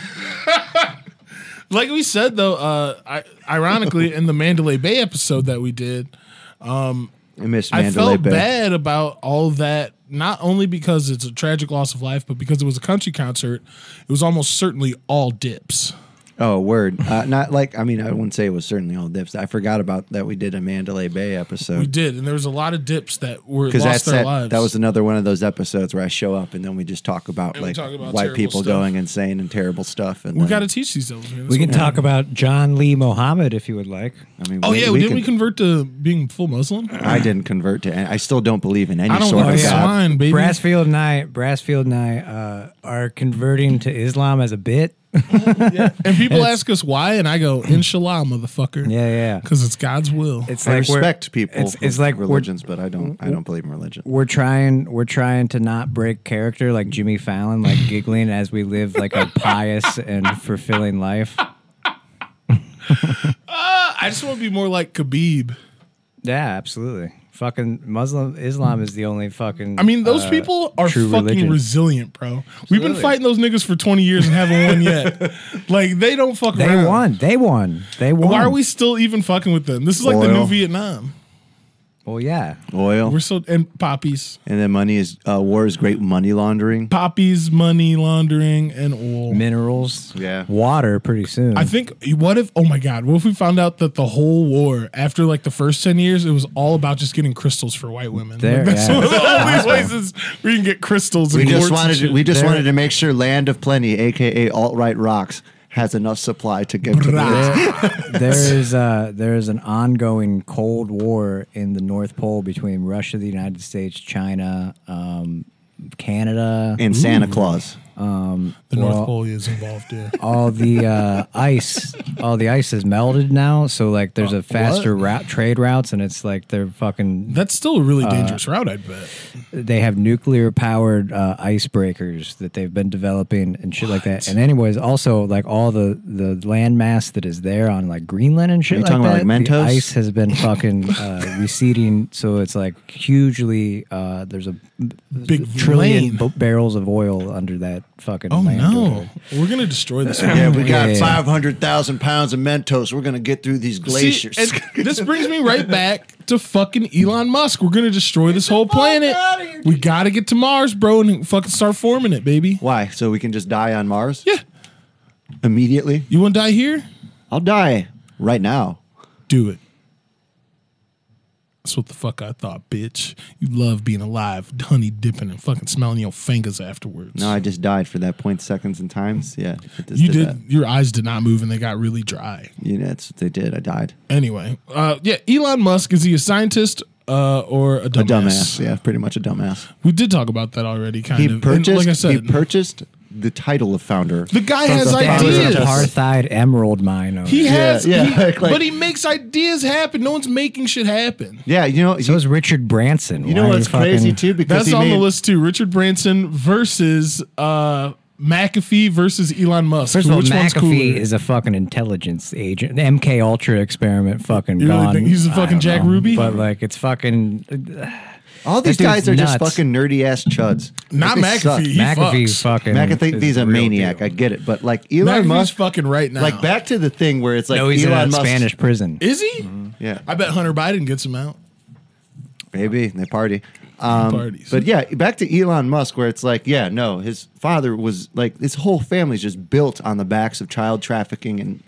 Speaker 6: Like we said though, uh, I, ironically in the Mandalay Bay episode that we did,
Speaker 2: I miss
Speaker 6: I
Speaker 2: Mandalay
Speaker 6: felt
Speaker 2: Bay.
Speaker 6: bad about all that, not only because it's a tragic loss of life, but because it was a country concert. It was almost certainly all dips.
Speaker 2: Oh, word. Uh, not like, I mean, I wouldn't say it was certainly all dips. I forgot about that we did a Mandalay Bay
Speaker 6: We
Speaker 2: episode.
Speaker 6: did, and there was a lot of dips that were
Speaker 2: Because
Speaker 6: lost
Speaker 2: that's
Speaker 6: their
Speaker 2: that,
Speaker 6: lives.
Speaker 2: that was another one of those episodes where I show up and then we just talk about
Speaker 6: And we
Speaker 2: like
Speaker 6: talk about
Speaker 2: white
Speaker 6: terrible
Speaker 2: people
Speaker 6: stuff.
Speaker 2: going insane and terrible stuff. And
Speaker 6: we
Speaker 2: then-
Speaker 6: got to teach these devils. man. That's
Speaker 5: We can
Speaker 6: what we're-
Speaker 5: talk about John Lee Mohammed if you would like.
Speaker 2: I mean,
Speaker 6: Oh yeah, didn't we
Speaker 2: can-
Speaker 6: convert to being full Muslim?
Speaker 2: I didn't convert to. any- I still don't believe in any
Speaker 6: I don't
Speaker 2: sort
Speaker 6: know.
Speaker 2: of
Speaker 6: Oh, It's
Speaker 2: God.
Speaker 6: fine, baby.
Speaker 5: Brassfield and I, Brassfield and I, uh, are converting to Islam as a bit. yeah,
Speaker 6: and people ask us why, and I go, "Inshallah, motherfucker."
Speaker 5: yeah.
Speaker 6: because it's God's will.
Speaker 5: It's
Speaker 2: I
Speaker 5: like we're-
Speaker 2: respect people.
Speaker 5: It's, it's
Speaker 2: with
Speaker 5: like we're,
Speaker 2: religions, but I don't. I don't believe in religion.
Speaker 5: we're trying we're trying to not break character like Jimmy Fallon, like giggling as we live like a pious and fulfilling life.
Speaker 6: I just want to be more like Khabib.
Speaker 5: Yeah, absolutely. Fucking Muslim Islam is the only fucking.
Speaker 6: I mean, those
Speaker 5: uh,
Speaker 6: people are
Speaker 5: true
Speaker 6: fucking
Speaker 5: religion.
Speaker 6: resilient, bro. We've been
Speaker 5: Absolutely.
Speaker 6: fighting those niggas for twenty years and haven't won yet. like they don't fuck
Speaker 5: They
Speaker 6: around.
Speaker 5: won. They won. They won.
Speaker 6: Why are we still even fucking with them? This is like the
Speaker 2: Oil.
Speaker 6: new Vietnam.
Speaker 5: Well, yeah.
Speaker 2: Oil
Speaker 6: We're so and poppies,
Speaker 2: and then money is uh, war is great money laundering.
Speaker 6: poppies, money laundering, and oil.
Speaker 5: Minerals.
Speaker 2: Yeah.
Speaker 5: Water. Pretty soon.
Speaker 6: I think what if oh my god, what if we found out that the whole war after like the first ten years it was all about just getting crystals for white women.
Speaker 5: There,
Speaker 6: Like, that's
Speaker 5: yeah.
Speaker 6: one of the only places we can get crystals.
Speaker 2: We
Speaker 6: and
Speaker 2: just
Speaker 6: quartz and
Speaker 2: wanted. To,
Speaker 6: shit.
Speaker 2: we just
Speaker 5: There-
Speaker 2: wanted to make sure Land of Plenty, aka alt right rocks, has enough supply to give to the
Speaker 5: There- there is uh, there is an ongoing Cold War in the North Pole between Russia, the United States, China, um, Canada,
Speaker 2: and Santa Claus.
Speaker 6: the
Speaker 5: well-
Speaker 6: North Pole is involved. Yeah.
Speaker 5: all the uh, ice, all the ice is melted now. So like, there's
Speaker 2: Uh,
Speaker 5: a faster route, trade routes, and it's like they're fucking.
Speaker 6: That's still a
Speaker 2: Uh,
Speaker 6: really dangerous route, I'd bet.
Speaker 5: They have nuclear powered uh, icebreakers that they've been developing and shit like that. And anyways, also like all the the landmass that is there on like Greenland and shit.
Speaker 2: you
Speaker 5: like
Speaker 2: talking about,
Speaker 5: that,
Speaker 2: like,
Speaker 5: the
Speaker 2: Mentos?
Speaker 5: ice has been fucking uh, receding, so it's like hugely. Uh, there's a
Speaker 6: Big lane.
Speaker 5: trillion b- barrels of oil under that fucking.
Speaker 6: Oh
Speaker 5: land over there.
Speaker 6: no, we're gonna destroy this. one.
Speaker 2: Yeah, we got
Speaker 5: Yeah.
Speaker 2: five hundred thousand pounds of Mentos. We're gonna get through these
Speaker 6: See,
Speaker 2: glaciers.
Speaker 6: and this brings me right back to fucking Elon Musk. We're gonna destroy this whole planet. We gotta get to Mars, bro, and fucking start forming it, baby.
Speaker 2: Why? So we can just die on Mars?
Speaker 6: Yeah.
Speaker 2: Immediately?
Speaker 6: You wanna die here?
Speaker 2: I'll die right now.
Speaker 6: Do it. That's what the fuck I thought, bitch. You love being alive, honey dipping and fucking smelling your fingers afterwards.
Speaker 2: No, I just died for that point seconds and times. Yeah. I just
Speaker 6: you did.
Speaker 2: that.
Speaker 6: Your eyes did not move, and they got really dry.
Speaker 2: You know, that's what they did. I died.
Speaker 6: Anyway, uh, yeah, Elon Musk is he a scientist uh, or a dumbass?
Speaker 2: A dumbass. Yeah, pretty much a dumbass.
Speaker 6: We did talk about that already, kind
Speaker 2: He
Speaker 6: of. And
Speaker 2: purchased
Speaker 6: like I said,
Speaker 2: he purchased the title of founder.
Speaker 6: the guy has
Speaker 2: the
Speaker 5: That
Speaker 2: It
Speaker 5: was an
Speaker 2: is.
Speaker 6: ideas.
Speaker 5: apartheid emerald mine. Over
Speaker 6: He
Speaker 5: there.
Speaker 6: has,
Speaker 2: yeah,
Speaker 6: he-
Speaker 2: like- like-
Speaker 6: but he makes ideas happen. No one's making shit happen.
Speaker 2: yeah, you know
Speaker 5: So is Richard Branson.
Speaker 2: you know
Speaker 5: Why
Speaker 2: what's
Speaker 5: fucking-
Speaker 2: crazy too? Because
Speaker 6: That's
Speaker 2: he
Speaker 6: on the
Speaker 2: made,
Speaker 6: list too. Richard Branson versus uh, McAfee versus Elon Musk.
Speaker 5: First of all,
Speaker 6: Which one's
Speaker 5: McAfee
Speaker 6: cooler?
Speaker 5: is a fucking intelligence agent. The MK Ultra experiment, fucking
Speaker 6: You really
Speaker 5: gone.
Speaker 6: think he's a
Speaker 5: I
Speaker 6: fucking
Speaker 5: don't
Speaker 6: Jack
Speaker 5: know.
Speaker 6: Ruby?
Speaker 5: But like, it's fucking
Speaker 2: all these
Speaker 5: That dude's
Speaker 2: guys are just
Speaker 5: nuts.
Speaker 2: fucking nerdy ass chuds.
Speaker 6: Not
Speaker 2: Like, they
Speaker 6: McAfee. He
Speaker 5: McAfee.
Speaker 6: fucks.
Speaker 5: Fucking
Speaker 2: Suck. McAfee,
Speaker 5: is
Speaker 2: he's a
Speaker 5: real
Speaker 2: maniac.
Speaker 5: deal.
Speaker 2: I get it, but like Elon
Speaker 6: McAfee's
Speaker 2: Musk,
Speaker 6: fucking right now.
Speaker 2: like back to the thing where it's like
Speaker 5: no, he's
Speaker 2: Elon
Speaker 5: in a
Speaker 2: Musk.
Speaker 5: Spanish prison.
Speaker 6: Is he?
Speaker 2: Yeah,
Speaker 6: I bet Hunter Biden gets him out.
Speaker 2: Maybe they party. Um,
Speaker 6: parties.
Speaker 2: But yeah, back to Elon Musk, where it's like, yeah, no, his father was like, his whole family's just built on the backs of child trafficking and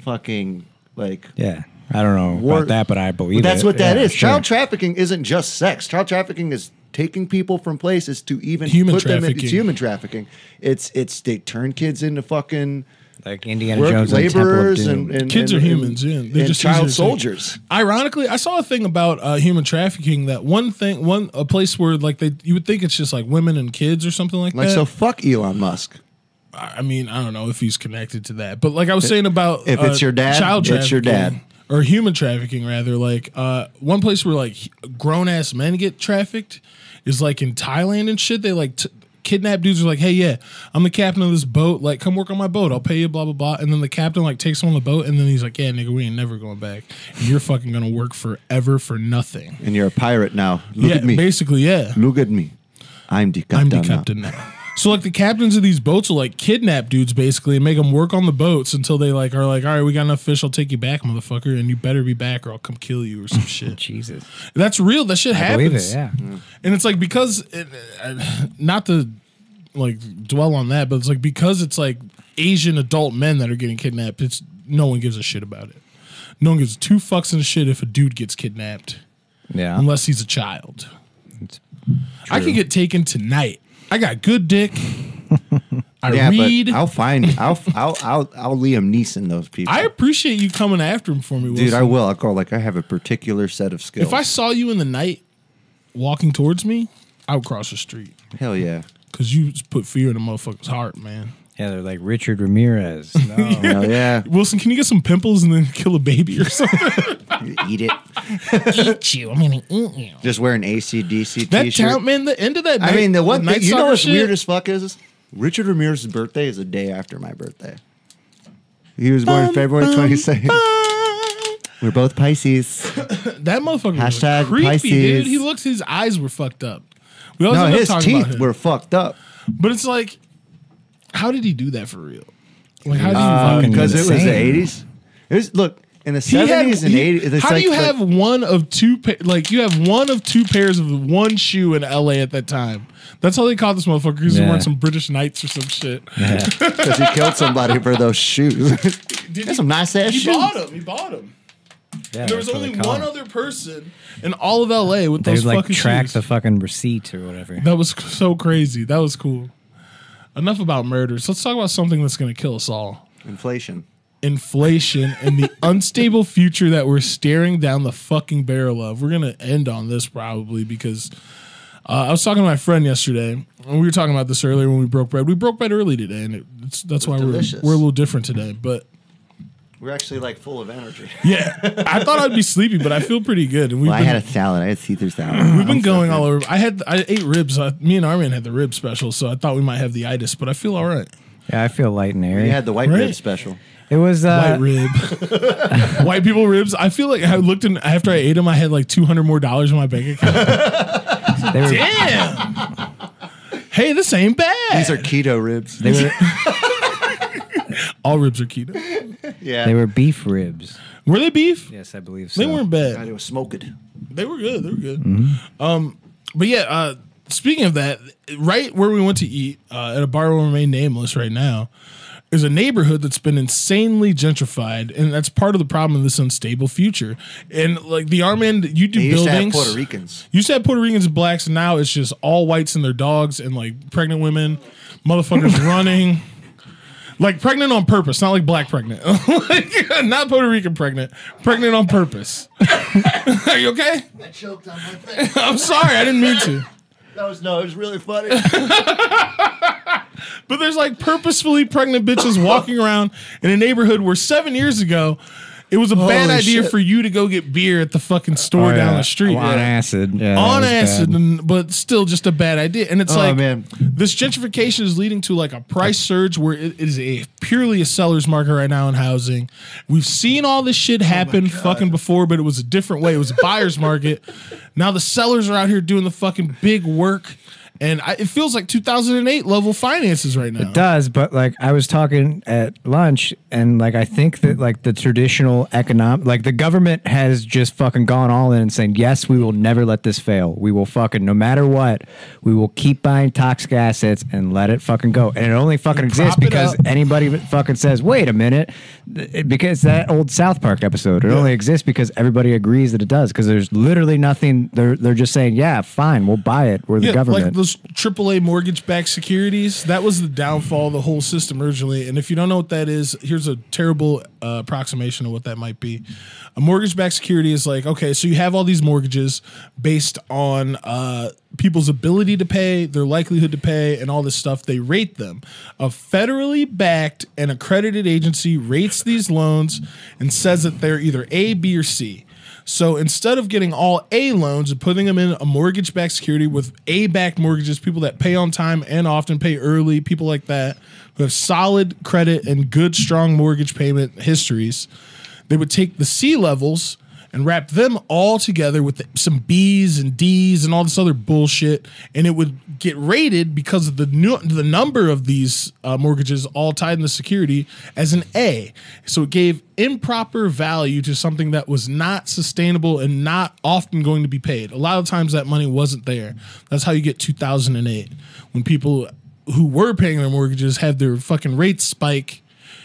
Speaker 2: fucking like.
Speaker 5: yeah, I don't know
Speaker 2: war-
Speaker 5: about that, but I believe
Speaker 2: But that's
Speaker 5: it.
Speaker 2: what that is.
Speaker 5: Yeah, sure.
Speaker 2: Child trafficking isn't just sex. Child trafficking is taking people from places to even
Speaker 6: Human
Speaker 2: put them in.
Speaker 6: trafficking.
Speaker 2: It's human trafficking. It's it's they turn kids into fucking
Speaker 5: like Indiana
Speaker 2: work-
Speaker 5: Jones and Temple of
Speaker 2: laborers
Speaker 5: Doom.
Speaker 2: and, and
Speaker 6: Kids
Speaker 2: and-
Speaker 6: are
Speaker 2: and-
Speaker 6: humans, yeah. They're
Speaker 2: and
Speaker 6: just easier
Speaker 2: child
Speaker 6: to-
Speaker 2: soldiers.
Speaker 6: Ironically, I saw a thing about uh, human trafficking. That one thing, one a place where like they you would think it's just like women and kids or something like,
Speaker 2: Like
Speaker 6: that.
Speaker 2: so, fuck Elon Musk.
Speaker 6: I I mean, I don't know if he's connected to that, but like I was saying about uh,
Speaker 2: if it's your dad, it's your
Speaker 6: trafficking,
Speaker 2: dad.
Speaker 6: or human trafficking rather. Like uh, one place where like grown ass men get trafficked is like in Thailand and shit. They like. T- Kidnap dudes are like, hey, yeah, I'm the captain of this boat. Like, come work on my boat. I'll pay you, blah blah blah. And then the captain like takes him on the boat, and then he's like, yeah, nigga, we ain't never going back. And you're fucking gonna work forever for nothing.
Speaker 2: And you're a pirate now. Look
Speaker 6: yeah,
Speaker 2: at me.
Speaker 6: basically, yeah.
Speaker 2: Look at me. I'm the captain.
Speaker 6: I'm the
Speaker 2: now.
Speaker 6: captain now. So like the captains of these boats will like kidnap dudes basically and make them work on the boats until they like are like, all right, we got enough fish. I'll take you back, motherfucker, and you better be back or I'll come kill you or some shit.
Speaker 5: Jesus,
Speaker 6: That's real. That shit Hmm.
Speaker 5: I believe it.
Speaker 6: happens.
Speaker 5: Yeah,
Speaker 6: And it's like because, it, uh, not to like dwell on that, but it's like because it's like Asian adult men that are getting kidnapped, it's no one gives a shit about it. No one gives two fucks and a shit if a dude gets kidnapped
Speaker 5: Yeah.
Speaker 6: unless he's a child. I could get taken tonight. I got good dick. I
Speaker 2: yeah,
Speaker 6: read.
Speaker 2: but I'll find. I'll, I'll I'll I'll Liam Neeson those people.
Speaker 6: I appreciate you coming after him for me,
Speaker 2: Dude,
Speaker 6: Wilson.
Speaker 2: I will. I'll go. Like I have a particular set of skills.
Speaker 6: If I saw you in the night walking towards me, I would cross the street
Speaker 2: Hell yeah.
Speaker 6: because you just put fear in a motherfucker's heart, man.
Speaker 5: Yeah, they're like Richard Ramirez. No.
Speaker 2: Hell yeah.
Speaker 6: Wilson, can you get some pimples and then kill a baby or something?
Speaker 2: Eat it.
Speaker 6: eat you. I'm gonna eat you.
Speaker 2: Just wear an ACDC
Speaker 6: That
Speaker 2: t-shirt.
Speaker 6: town, man. The end of that.
Speaker 2: I
Speaker 6: night-
Speaker 2: mean, the one
Speaker 6: night
Speaker 2: thing you know
Speaker 6: soccer
Speaker 2: what's
Speaker 6: shit,
Speaker 2: weird as fuck is Richard Ramirez's birthday is a day after my birthday. He was born February twenty second. We're both Pisces.
Speaker 6: That motherfucker
Speaker 2: Hashtag
Speaker 6: was creepy, dude.
Speaker 2: Pisces.
Speaker 6: He looks. His eyes were fucked up. We always
Speaker 2: No,
Speaker 6: end up
Speaker 2: his
Speaker 6: talking about
Speaker 2: teeth
Speaker 6: him.
Speaker 2: were fucked up
Speaker 6: But it's like, how did he do that for real? Like, how did you fucking?
Speaker 2: Uh, because it was the
Speaker 5: insane.
Speaker 2: eighties. It was look in the
Speaker 6: He had-
Speaker 2: seventies and
Speaker 6: he-
Speaker 2: eighties.
Speaker 6: How do you have one of two? Pa- like you have one of two pairs of one shoe in L.A. at that time. That's how they caught this motherfucker because he
Speaker 5: Yeah.
Speaker 6: wearing some British Knights or some shit.
Speaker 2: because he killed somebody for those shoes? That's some nice ass
Speaker 6: He
Speaker 2: shoes.
Speaker 6: bought him. He bought him.
Speaker 5: Yeah,
Speaker 6: there was only one other person in all of L.A. with
Speaker 5: They
Speaker 6: those
Speaker 5: would like
Speaker 6: fucking
Speaker 5: track
Speaker 6: shoes.
Speaker 5: the fucking receipt or whatever.
Speaker 6: that was c- so crazy. That was cool. Enough about murders. Let's talk about something that's going to kill us all.
Speaker 2: Inflation.
Speaker 6: inflation and the unstable future that we're staring down the fucking barrel of. We're gonna end on this probably because uh, I was talking to my friend yesterday, and we were talking about this earlier when we broke bread. We broke bread early today, and it, it's, that's why we're
Speaker 2: delicious.
Speaker 6: we're a little different today. But
Speaker 2: We're actually like full of energy.
Speaker 6: yeah, I thought I'd be sleepy, but I feel pretty good, and we've
Speaker 2: Well, I
Speaker 6: been,
Speaker 2: had a salad. I had Caesar salad.
Speaker 6: we've been going all over. I had I ate ribs. I, me and Armin had the rib special, so I thought we might have the itis, but I feel all right.
Speaker 5: Yeah, I feel light and airy.
Speaker 2: You had the white
Speaker 6: Right.
Speaker 2: rib special.
Speaker 5: it was
Speaker 6: White
Speaker 5: uh,
Speaker 6: rib, white people ribs. I feel like I looked in after I ate them. I had like two hundred more dollars in my bank account.
Speaker 5: they were
Speaker 6: Damn. hey, this ain't bad.
Speaker 2: These are keto ribs.
Speaker 5: they were
Speaker 6: all ribs are keto.
Speaker 2: yeah.
Speaker 5: they were beef ribs.
Speaker 6: Were they beef?
Speaker 5: Yes, I believe so.
Speaker 6: They weren't bad.
Speaker 2: God, it Mm-hmm. was smoked.
Speaker 6: They were good. They were good. Um, but yeah. Uh, speaking of that, right where we went to eat uh, at a bar will remain nameless right now is a neighborhood that's been insanely gentrified, and that's part of the problem of this unstable future. And like the arm end, you do
Speaker 2: They used to have
Speaker 6: buildings.
Speaker 2: Puerto Ricans.
Speaker 6: You said Puerto Ricans and blacks, and now it's just all whites and their dogs and like pregnant women, motherfuckers running. Like pregnant on purpose, not like black pregnant. Like, not Puerto Rican pregnant, pregnant on purpose. Are you okay?
Speaker 2: I choked on my face.
Speaker 6: I'm sorry, I didn't mean to.
Speaker 2: That was no, it was really funny.
Speaker 6: But there's like purposefully pregnant bitches walking around in a neighborhood where seven years ago, it was a bad
Speaker 2: Holy
Speaker 6: idea
Speaker 2: shit.
Speaker 6: for you to go get beer at the fucking
Speaker 5: Oh,
Speaker 6: store
Speaker 5: yeah.
Speaker 6: down the street.
Speaker 5: on acid. Yeah, that
Speaker 6: on
Speaker 5: was bad.
Speaker 6: acid, and, but still just a bad idea. And it's
Speaker 2: Oh,
Speaker 6: like
Speaker 2: man.
Speaker 6: this gentrification is leading to like a price surge where it is a purely a seller's market right now in housing. We've seen all this shit happen fucking before, but it was a different way. It was a buyer's market. Now the sellers are out here doing the fucking big work, and I, it feels like 2008 level finances right now.
Speaker 5: does but like i was talking at lunch and like i think that like the traditional economic like the government has just fucking gone all in and saying yes we will never let this fail we will fucking no matter what we will keep buying toxic assets and let it fucking go and it only fucking exists
Speaker 6: prop it
Speaker 5: because
Speaker 6: up.
Speaker 5: anybody that fucking says wait a minute th- it- because that old south park episode it only exists because everybody agrees that it does because there's literally nothing they're they're just saying yeah fine we'll buy it we're the government
Speaker 6: Like those AAA mortgage backed securities. That was the downfall of the whole system originally. And if you don't know what that is, here's a terrible uh, approximation of what that might be. A mortgage backed security is like, okay, so you have all these mortgages based on uh, people's ability to pay, their likelihood to pay, and all this stuff. They rate them. A federally backed and accredited agency rates these loans and says that they're either A, B, or C. So instead of getting all A loans and putting them in a mortgage backed security with A backed mortgages, people that pay on time and often pay early, people like that who have solid credit and good, strong mortgage payment histories, they would take the C levels and wrap them all together with some B's and D's and all this other bullshit, and it would get rated because of the new, the number of these uh, mortgages all tied in the security as an A. So it gave improper value to something that was not sustainable and not often going to be paid. A lot of times that money wasn't there. That's how you get 2008 when people who were paying their mortgages had their fucking rates spike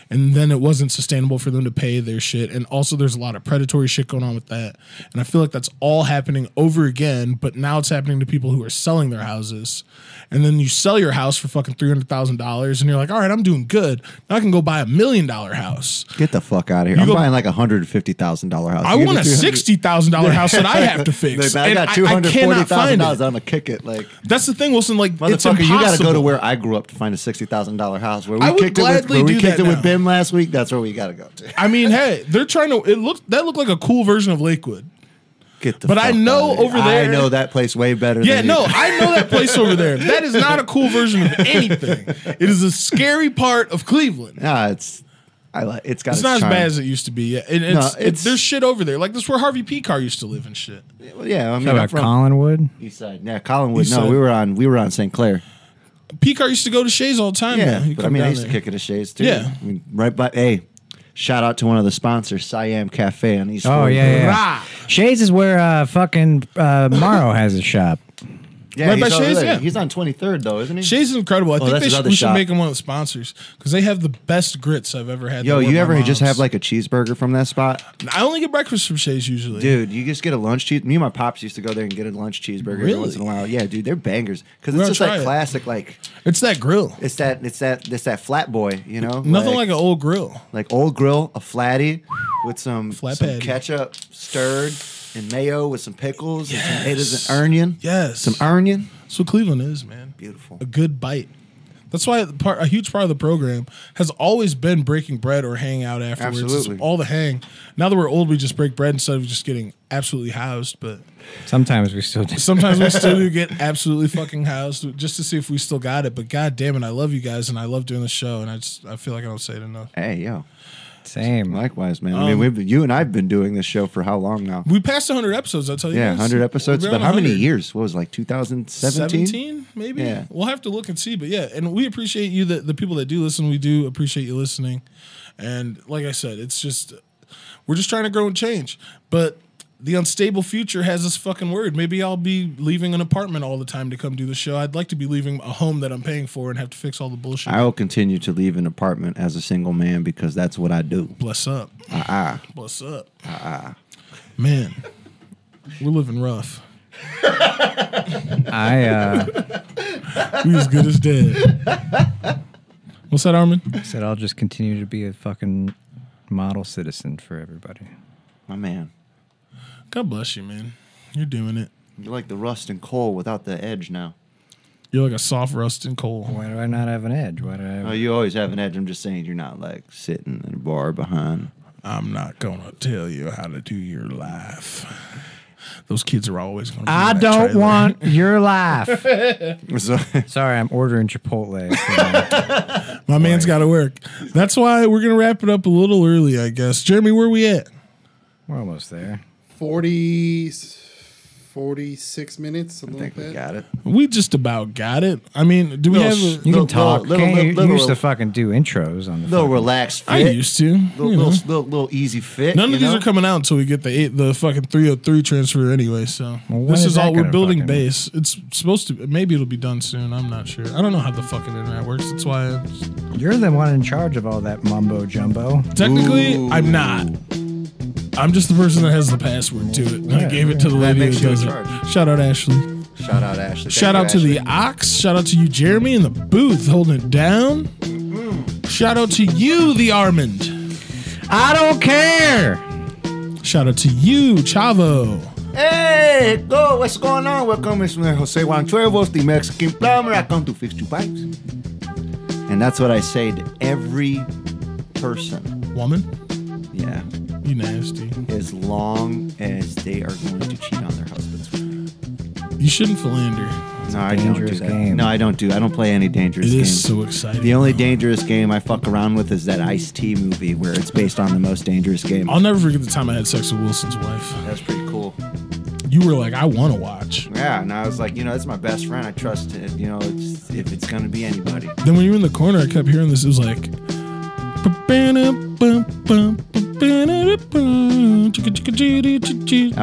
Speaker 6: and then it wasn't sustainable for them to pay their shit and also there's a lot of predatory shit going on with that and i feel like that's all happening over again but now it's happening to people who are selling their houses and then you sell your house for fucking $300000 and you're like all right i'm doing good now i can go buy a million dollar house
Speaker 2: Get the fuck out of here.
Speaker 6: You
Speaker 2: I'm
Speaker 6: go-
Speaker 2: buying like a hundred fifty thousand dollar house.
Speaker 6: i
Speaker 2: You
Speaker 6: want a
Speaker 2: give me 200
Speaker 6: $60000 house that i have to fix
Speaker 2: I
Speaker 6: and
Speaker 2: got two hundred forty thousand dollars. I'm gonna kick it. Like
Speaker 6: That's the thing, Wilson. Like, it's
Speaker 2: motherfucker,
Speaker 6: impossible.
Speaker 2: you gotta go to where I grew up to find a sixty thousand dollar house. Where we
Speaker 6: I would
Speaker 2: kicked it with,
Speaker 6: gladly
Speaker 2: where we
Speaker 6: do
Speaker 2: kicked
Speaker 6: that
Speaker 2: it
Speaker 6: now.
Speaker 2: with Ben last week. That's where we gotta go to.
Speaker 6: I mean, hey, they're trying to. It looked that looked like a cool version of Lakewood.
Speaker 2: Get the
Speaker 6: But I
Speaker 2: fuck
Speaker 6: know
Speaker 2: outta here.
Speaker 6: over there-
Speaker 2: I know that place way better.
Speaker 6: Yeah,
Speaker 2: than you
Speaker 6: no,
Speaker 2: do.
Speaker 6: I know that place over there. That is not a cool version of anything. It is a scary part of Cleveland.
Speaker 2: Nah, it's I like it's got
Speaker 6: It's not as
Speaker 2: charm.
Speaker 6: bad as it used to be. Yeah, and it's,
Speaker 2: No,
Speaker 6: it-
Speaker 2: it's-
Speaker 6: there's shit over there. Like that's where Harvey P. Car used to live and shit.
Speaker 2: yeah. I mean, I'm
Speaker 5: about
Speaker 2: from
Speaker 5: Collinwood.
Speaker 2: East Side. Yeah, Collinwood.
Speaker 6: East
Speaker 2: no,
Speaker 6: Side.
Speaker 2: we were on we were on St. Clair.
Speaker 6: P. Car used to go to Shays all the time.
Speaker 2: Yeah,
Speaker 6: man. He'd
Speaker 2: but I
Speaker 6: come
Speaker 2: mean, I
Speaker 6: down
Speaker 2: used to
Speaker 6: there.
Speaker 2: kick it at Shays too.
Speaker 6: Yeah.
Speaker 2: I mean, right by hey, shout out to one of the sponsors, Siam Cafe on East.
Speaker 5: Oh
Speaker 2: 43rd.
Speaker 5: yeah, yeah.
Speaker 6: Rah!
Speaker 5: Shades is where uh, fucking uh, Morrow has a shop.
Speaker 2: yeah.
Speaker 6: Right by
Speaker 2: he's over
Speaker 6: Shays,
Speaker 2: there.
Speaker 6: yeah.
Speaker 2: He's on Twenty Third though, isn't he?
Speaker 6: Shays is incredible. I
Speaker 2: Oh,
Speaker 6: think
Speaker 2: that's
Speaker 6: they
Speaker 2: his
Speaker 6: should,
Speaker 2: other
Speaker 6: we should
Speaker 2: shop.
Speaker 6: make them one of the sponsors because they have the best grits I've ever had.
Speaker 2: Yo,
Speaker 6: They were
Speaker 2: you
Speaker 6: my
Speaker 2: ever just
Speaker 6: mom's.
Speaker 2: have like a cheeseburger from that spot?
Speaker 6: I only get breakfast from Shays usually.
Speaker 2: Dude, you just get a lunch cheese. Me and my pops used to go there and get a lunch cheeseburger every once in a
Speaker 6: Really?
Speaker 2: while. Yeah, dude, they're bangers because
Speaker 6: We're
Speaker 2: it's just
Speaker 6: gonna try
Speaker 2: like
Speaker 6: it.
Speaker 2: classic. Like
Speaker 6: It's that grill.
Speaker 2: it's that it's that it's that flat boy. You know,
Speaker 6: Nothing like, an old grill.
Speaker 2: like old grill, a flatty with some,
Speaker 6: Flat
Speaker 2: some
Speaker 6: patty.
Speaker 2: ketchup stirred and mayo with some pickles and
Speaker 6: Yes.
Speaker 2: tomatoes and onion.
Speaker 6: Yes.
Speaker 2: Some onion.
Speaker 6: That's what Cleveland is, man.
Speaker 2: Beautiful.
Speaker 6: A good bite. That's why the part, a huge part of the program has always been breaking bread or hanging out afterwards. It's
Speaker 2: Absolutely.
Speaker 6: all the hang. Now that we're old, we just break bread instead of just getting absolutely housed. But
Speaker 5: Sometimes we still do.
Speaker 6: sometimes we still do get absolutely fucking housed just to see if we still got it. But god damn it, I love you guys and I love doing the show. And I just I feel like I don't say it enough.
Speaker 2: Hey, yo.
Speaker 5: Same.
Speaker 2: Likewise, man.
Speaker 6: Um,
Speaker 2: I mean, we've, you and I've been doing this show for how long now?
Speaker 6: We passed 100 episodes. I tell you,
Speaker 2: Yeah,
Speaker 6: guys.
Speaker 2: 100 episodes.
Speaker 6: We're
Speaker 2: But
Speaker 6: on
Speaker 2: how many
Speaker 6: 100.
Speaker 2: years? What was it, like 2017?
Speaker 6: 17 maybe
Speaker 2: Yeah.
Speaker 6: we'll have to look and see but yeah and we appreciate you the, the people that do listen we do appreciate you listening and like i said it's just we're just trying to grow and change but the unstable future has this fucking word maybe i'll be leaving an apartment all the time to come do the show i'd like to be leaving a home that i'm paying for and have to fix all the bullshit
Speaker 2: I will continue to leave an apartment as a single man because that's what I do.
Speaker 6: bless up uh-uh. bless up uh-uh. man we're living rough
Speaker 5: I uh,
Speaker 6: we as good as dead what's that armin
Speaker 5: said I'll just continue to be a fucking model citizen for everybody.
Speaker 2: My man.
Speaker 6: god bless you man you're doing it
Speaker 2: You're like the rust and coal without the edge now.
Speaker 6: You're like a soft rusting coal.
Speaker 5: Why do I not have an edge? Why do I? Have
Speaker 2: Oh, you always have an edge. I'm just saying you're not like sitting in a bar behind.
Speaker 6: I'm not gonna tell you how to do your life. Those kids are always gonna. Be
Speaker 5: I
Speaker 6: in that
Speaker 5: don't
Speaker 6: trailer.
Speaker 5: want your life.
Speaker 2: So,
Speaker 5: Sorry, I'm ordering Chipotle.
Speaker 6: My man's got to work. That's why we're gonna wrap it up a little early, I guess. Jeremy, where we at?
Speaker 5: We're almost there.
Speaker 4: 40, 46 minutes, something
Speaker 2: I think
Speaker 4: like
Speaker 2: we
Speaker 4: that.
Speaker 2: got it.
Speaker 6: We just about got it. I mean, do we
Speaker 2: Little
Speaker 6: have? a-
Speaker 2: sh-
Speaker 5: You
Speaker 2: Little-
Speaker 5: can talk.
Speaker 2: little-
Speaker 5: Can't you,
Speaker 2: little-
Speaker 5: you used to
Speaker 2: little-
Speaker 5: fucking do intros on the.
Speaker 2: Little
Speaker 5: fucking-
Speaker 2: relaxed fit.
Speaker 6: I used to.
Speaker 2: little,
Speaker 6: you know.
Speaker 2: little, little, little easy fit.
Speaker 6: None
Speaker 2: you
Speaker 6: of these
Speaker 2: know?
Speaker 6: are coming out until we get the eight, the fucking 303 transfer anyway. So
Speaker 5: Well, when
Speaker 6: this
Speaker 5: is
Speaker 6: is
Speaker 5: that
Speaker 6: all we're
Speaker 5: gonna
Speaker 6: building
Speaker 5: fucking-
Speaker 6: base. It's supposed to. Maybe it'll be done soon. I'm not sure. I don't know how the fucking internet works. That's why. i
Speaker 5: You're the one in charge of all that mumbo jumbo.
Speaker 6: Technically, I'm not. I'm just the person that has the password to it. And I gave it to the lady
Speaker 2: makes
Speaker 6: that
Speaker 2: you in
Speaker 6: does it.
Speaker 2: charge.
Speaker 6: Shout out Ashley.
Speaker 2: Shout out, Ashley. Thank
Speaker 6: Shout
Speaker 2: you,
Speaker 6: out to
Speaker 2: Ashley.
Speaker 6: the Ox. Shout out to you, Jeremy, in the booth holding it down. Shout out to you, the Armand.
Speaker 5: I don't care.
Speaker 6: Shout out to you, Chavo.
Speaker 2: Hey, go, what's going on? Welcome, it's me, Jose Juan Cuervos, the Mexican plumber. I come to fix your pipes. And that's what I say to every person.
Speaker 6: Woman,
Speaker 2: Yeah.
Speaker 6: you nasty.
Speaker 2: As long as they are going to cheat on their husbands.
Speaker 6: You shouldn't philander.
Speaker 2: No, I don't do
Speaker 5: dangerous
Speaker 2: that.
Speaker 5: game.
Speaker 2: No, I don't do. I don't play any dangerous
Speaker 6: It
Speaker 2: games.
Speaker 6: is so exciting.
Speaker 2: the only dangerous game I fuck around with is that Ice T movie where it's based on the most dangerous game.
Speaker 6: I'll never forget the time I had sex with Wilson's wife.
Speaker 2: That's pretty cool.
Speaker 6: You were like, I want to watch.
Speaker 2: Yeah, and I was like, you know, that's my best friend. I trust it. You know, it's, if it's gonna be anybody.
Speaker 6: Then when you were in the corner, I kept hearing this. It was like. I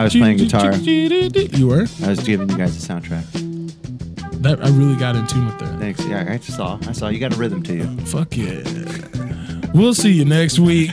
Speaker 2: was playing guitar.
Speaker 6: You were?
Speaker 2: I was giving you guys a soundtrack.
Speaker 6: that I really got in tune with that.
Speaker 2: Thanks. Yeah, I saw. I saw. You got a rhythm to you.
Speaker 6: Fuck yeah. We'll see you next week.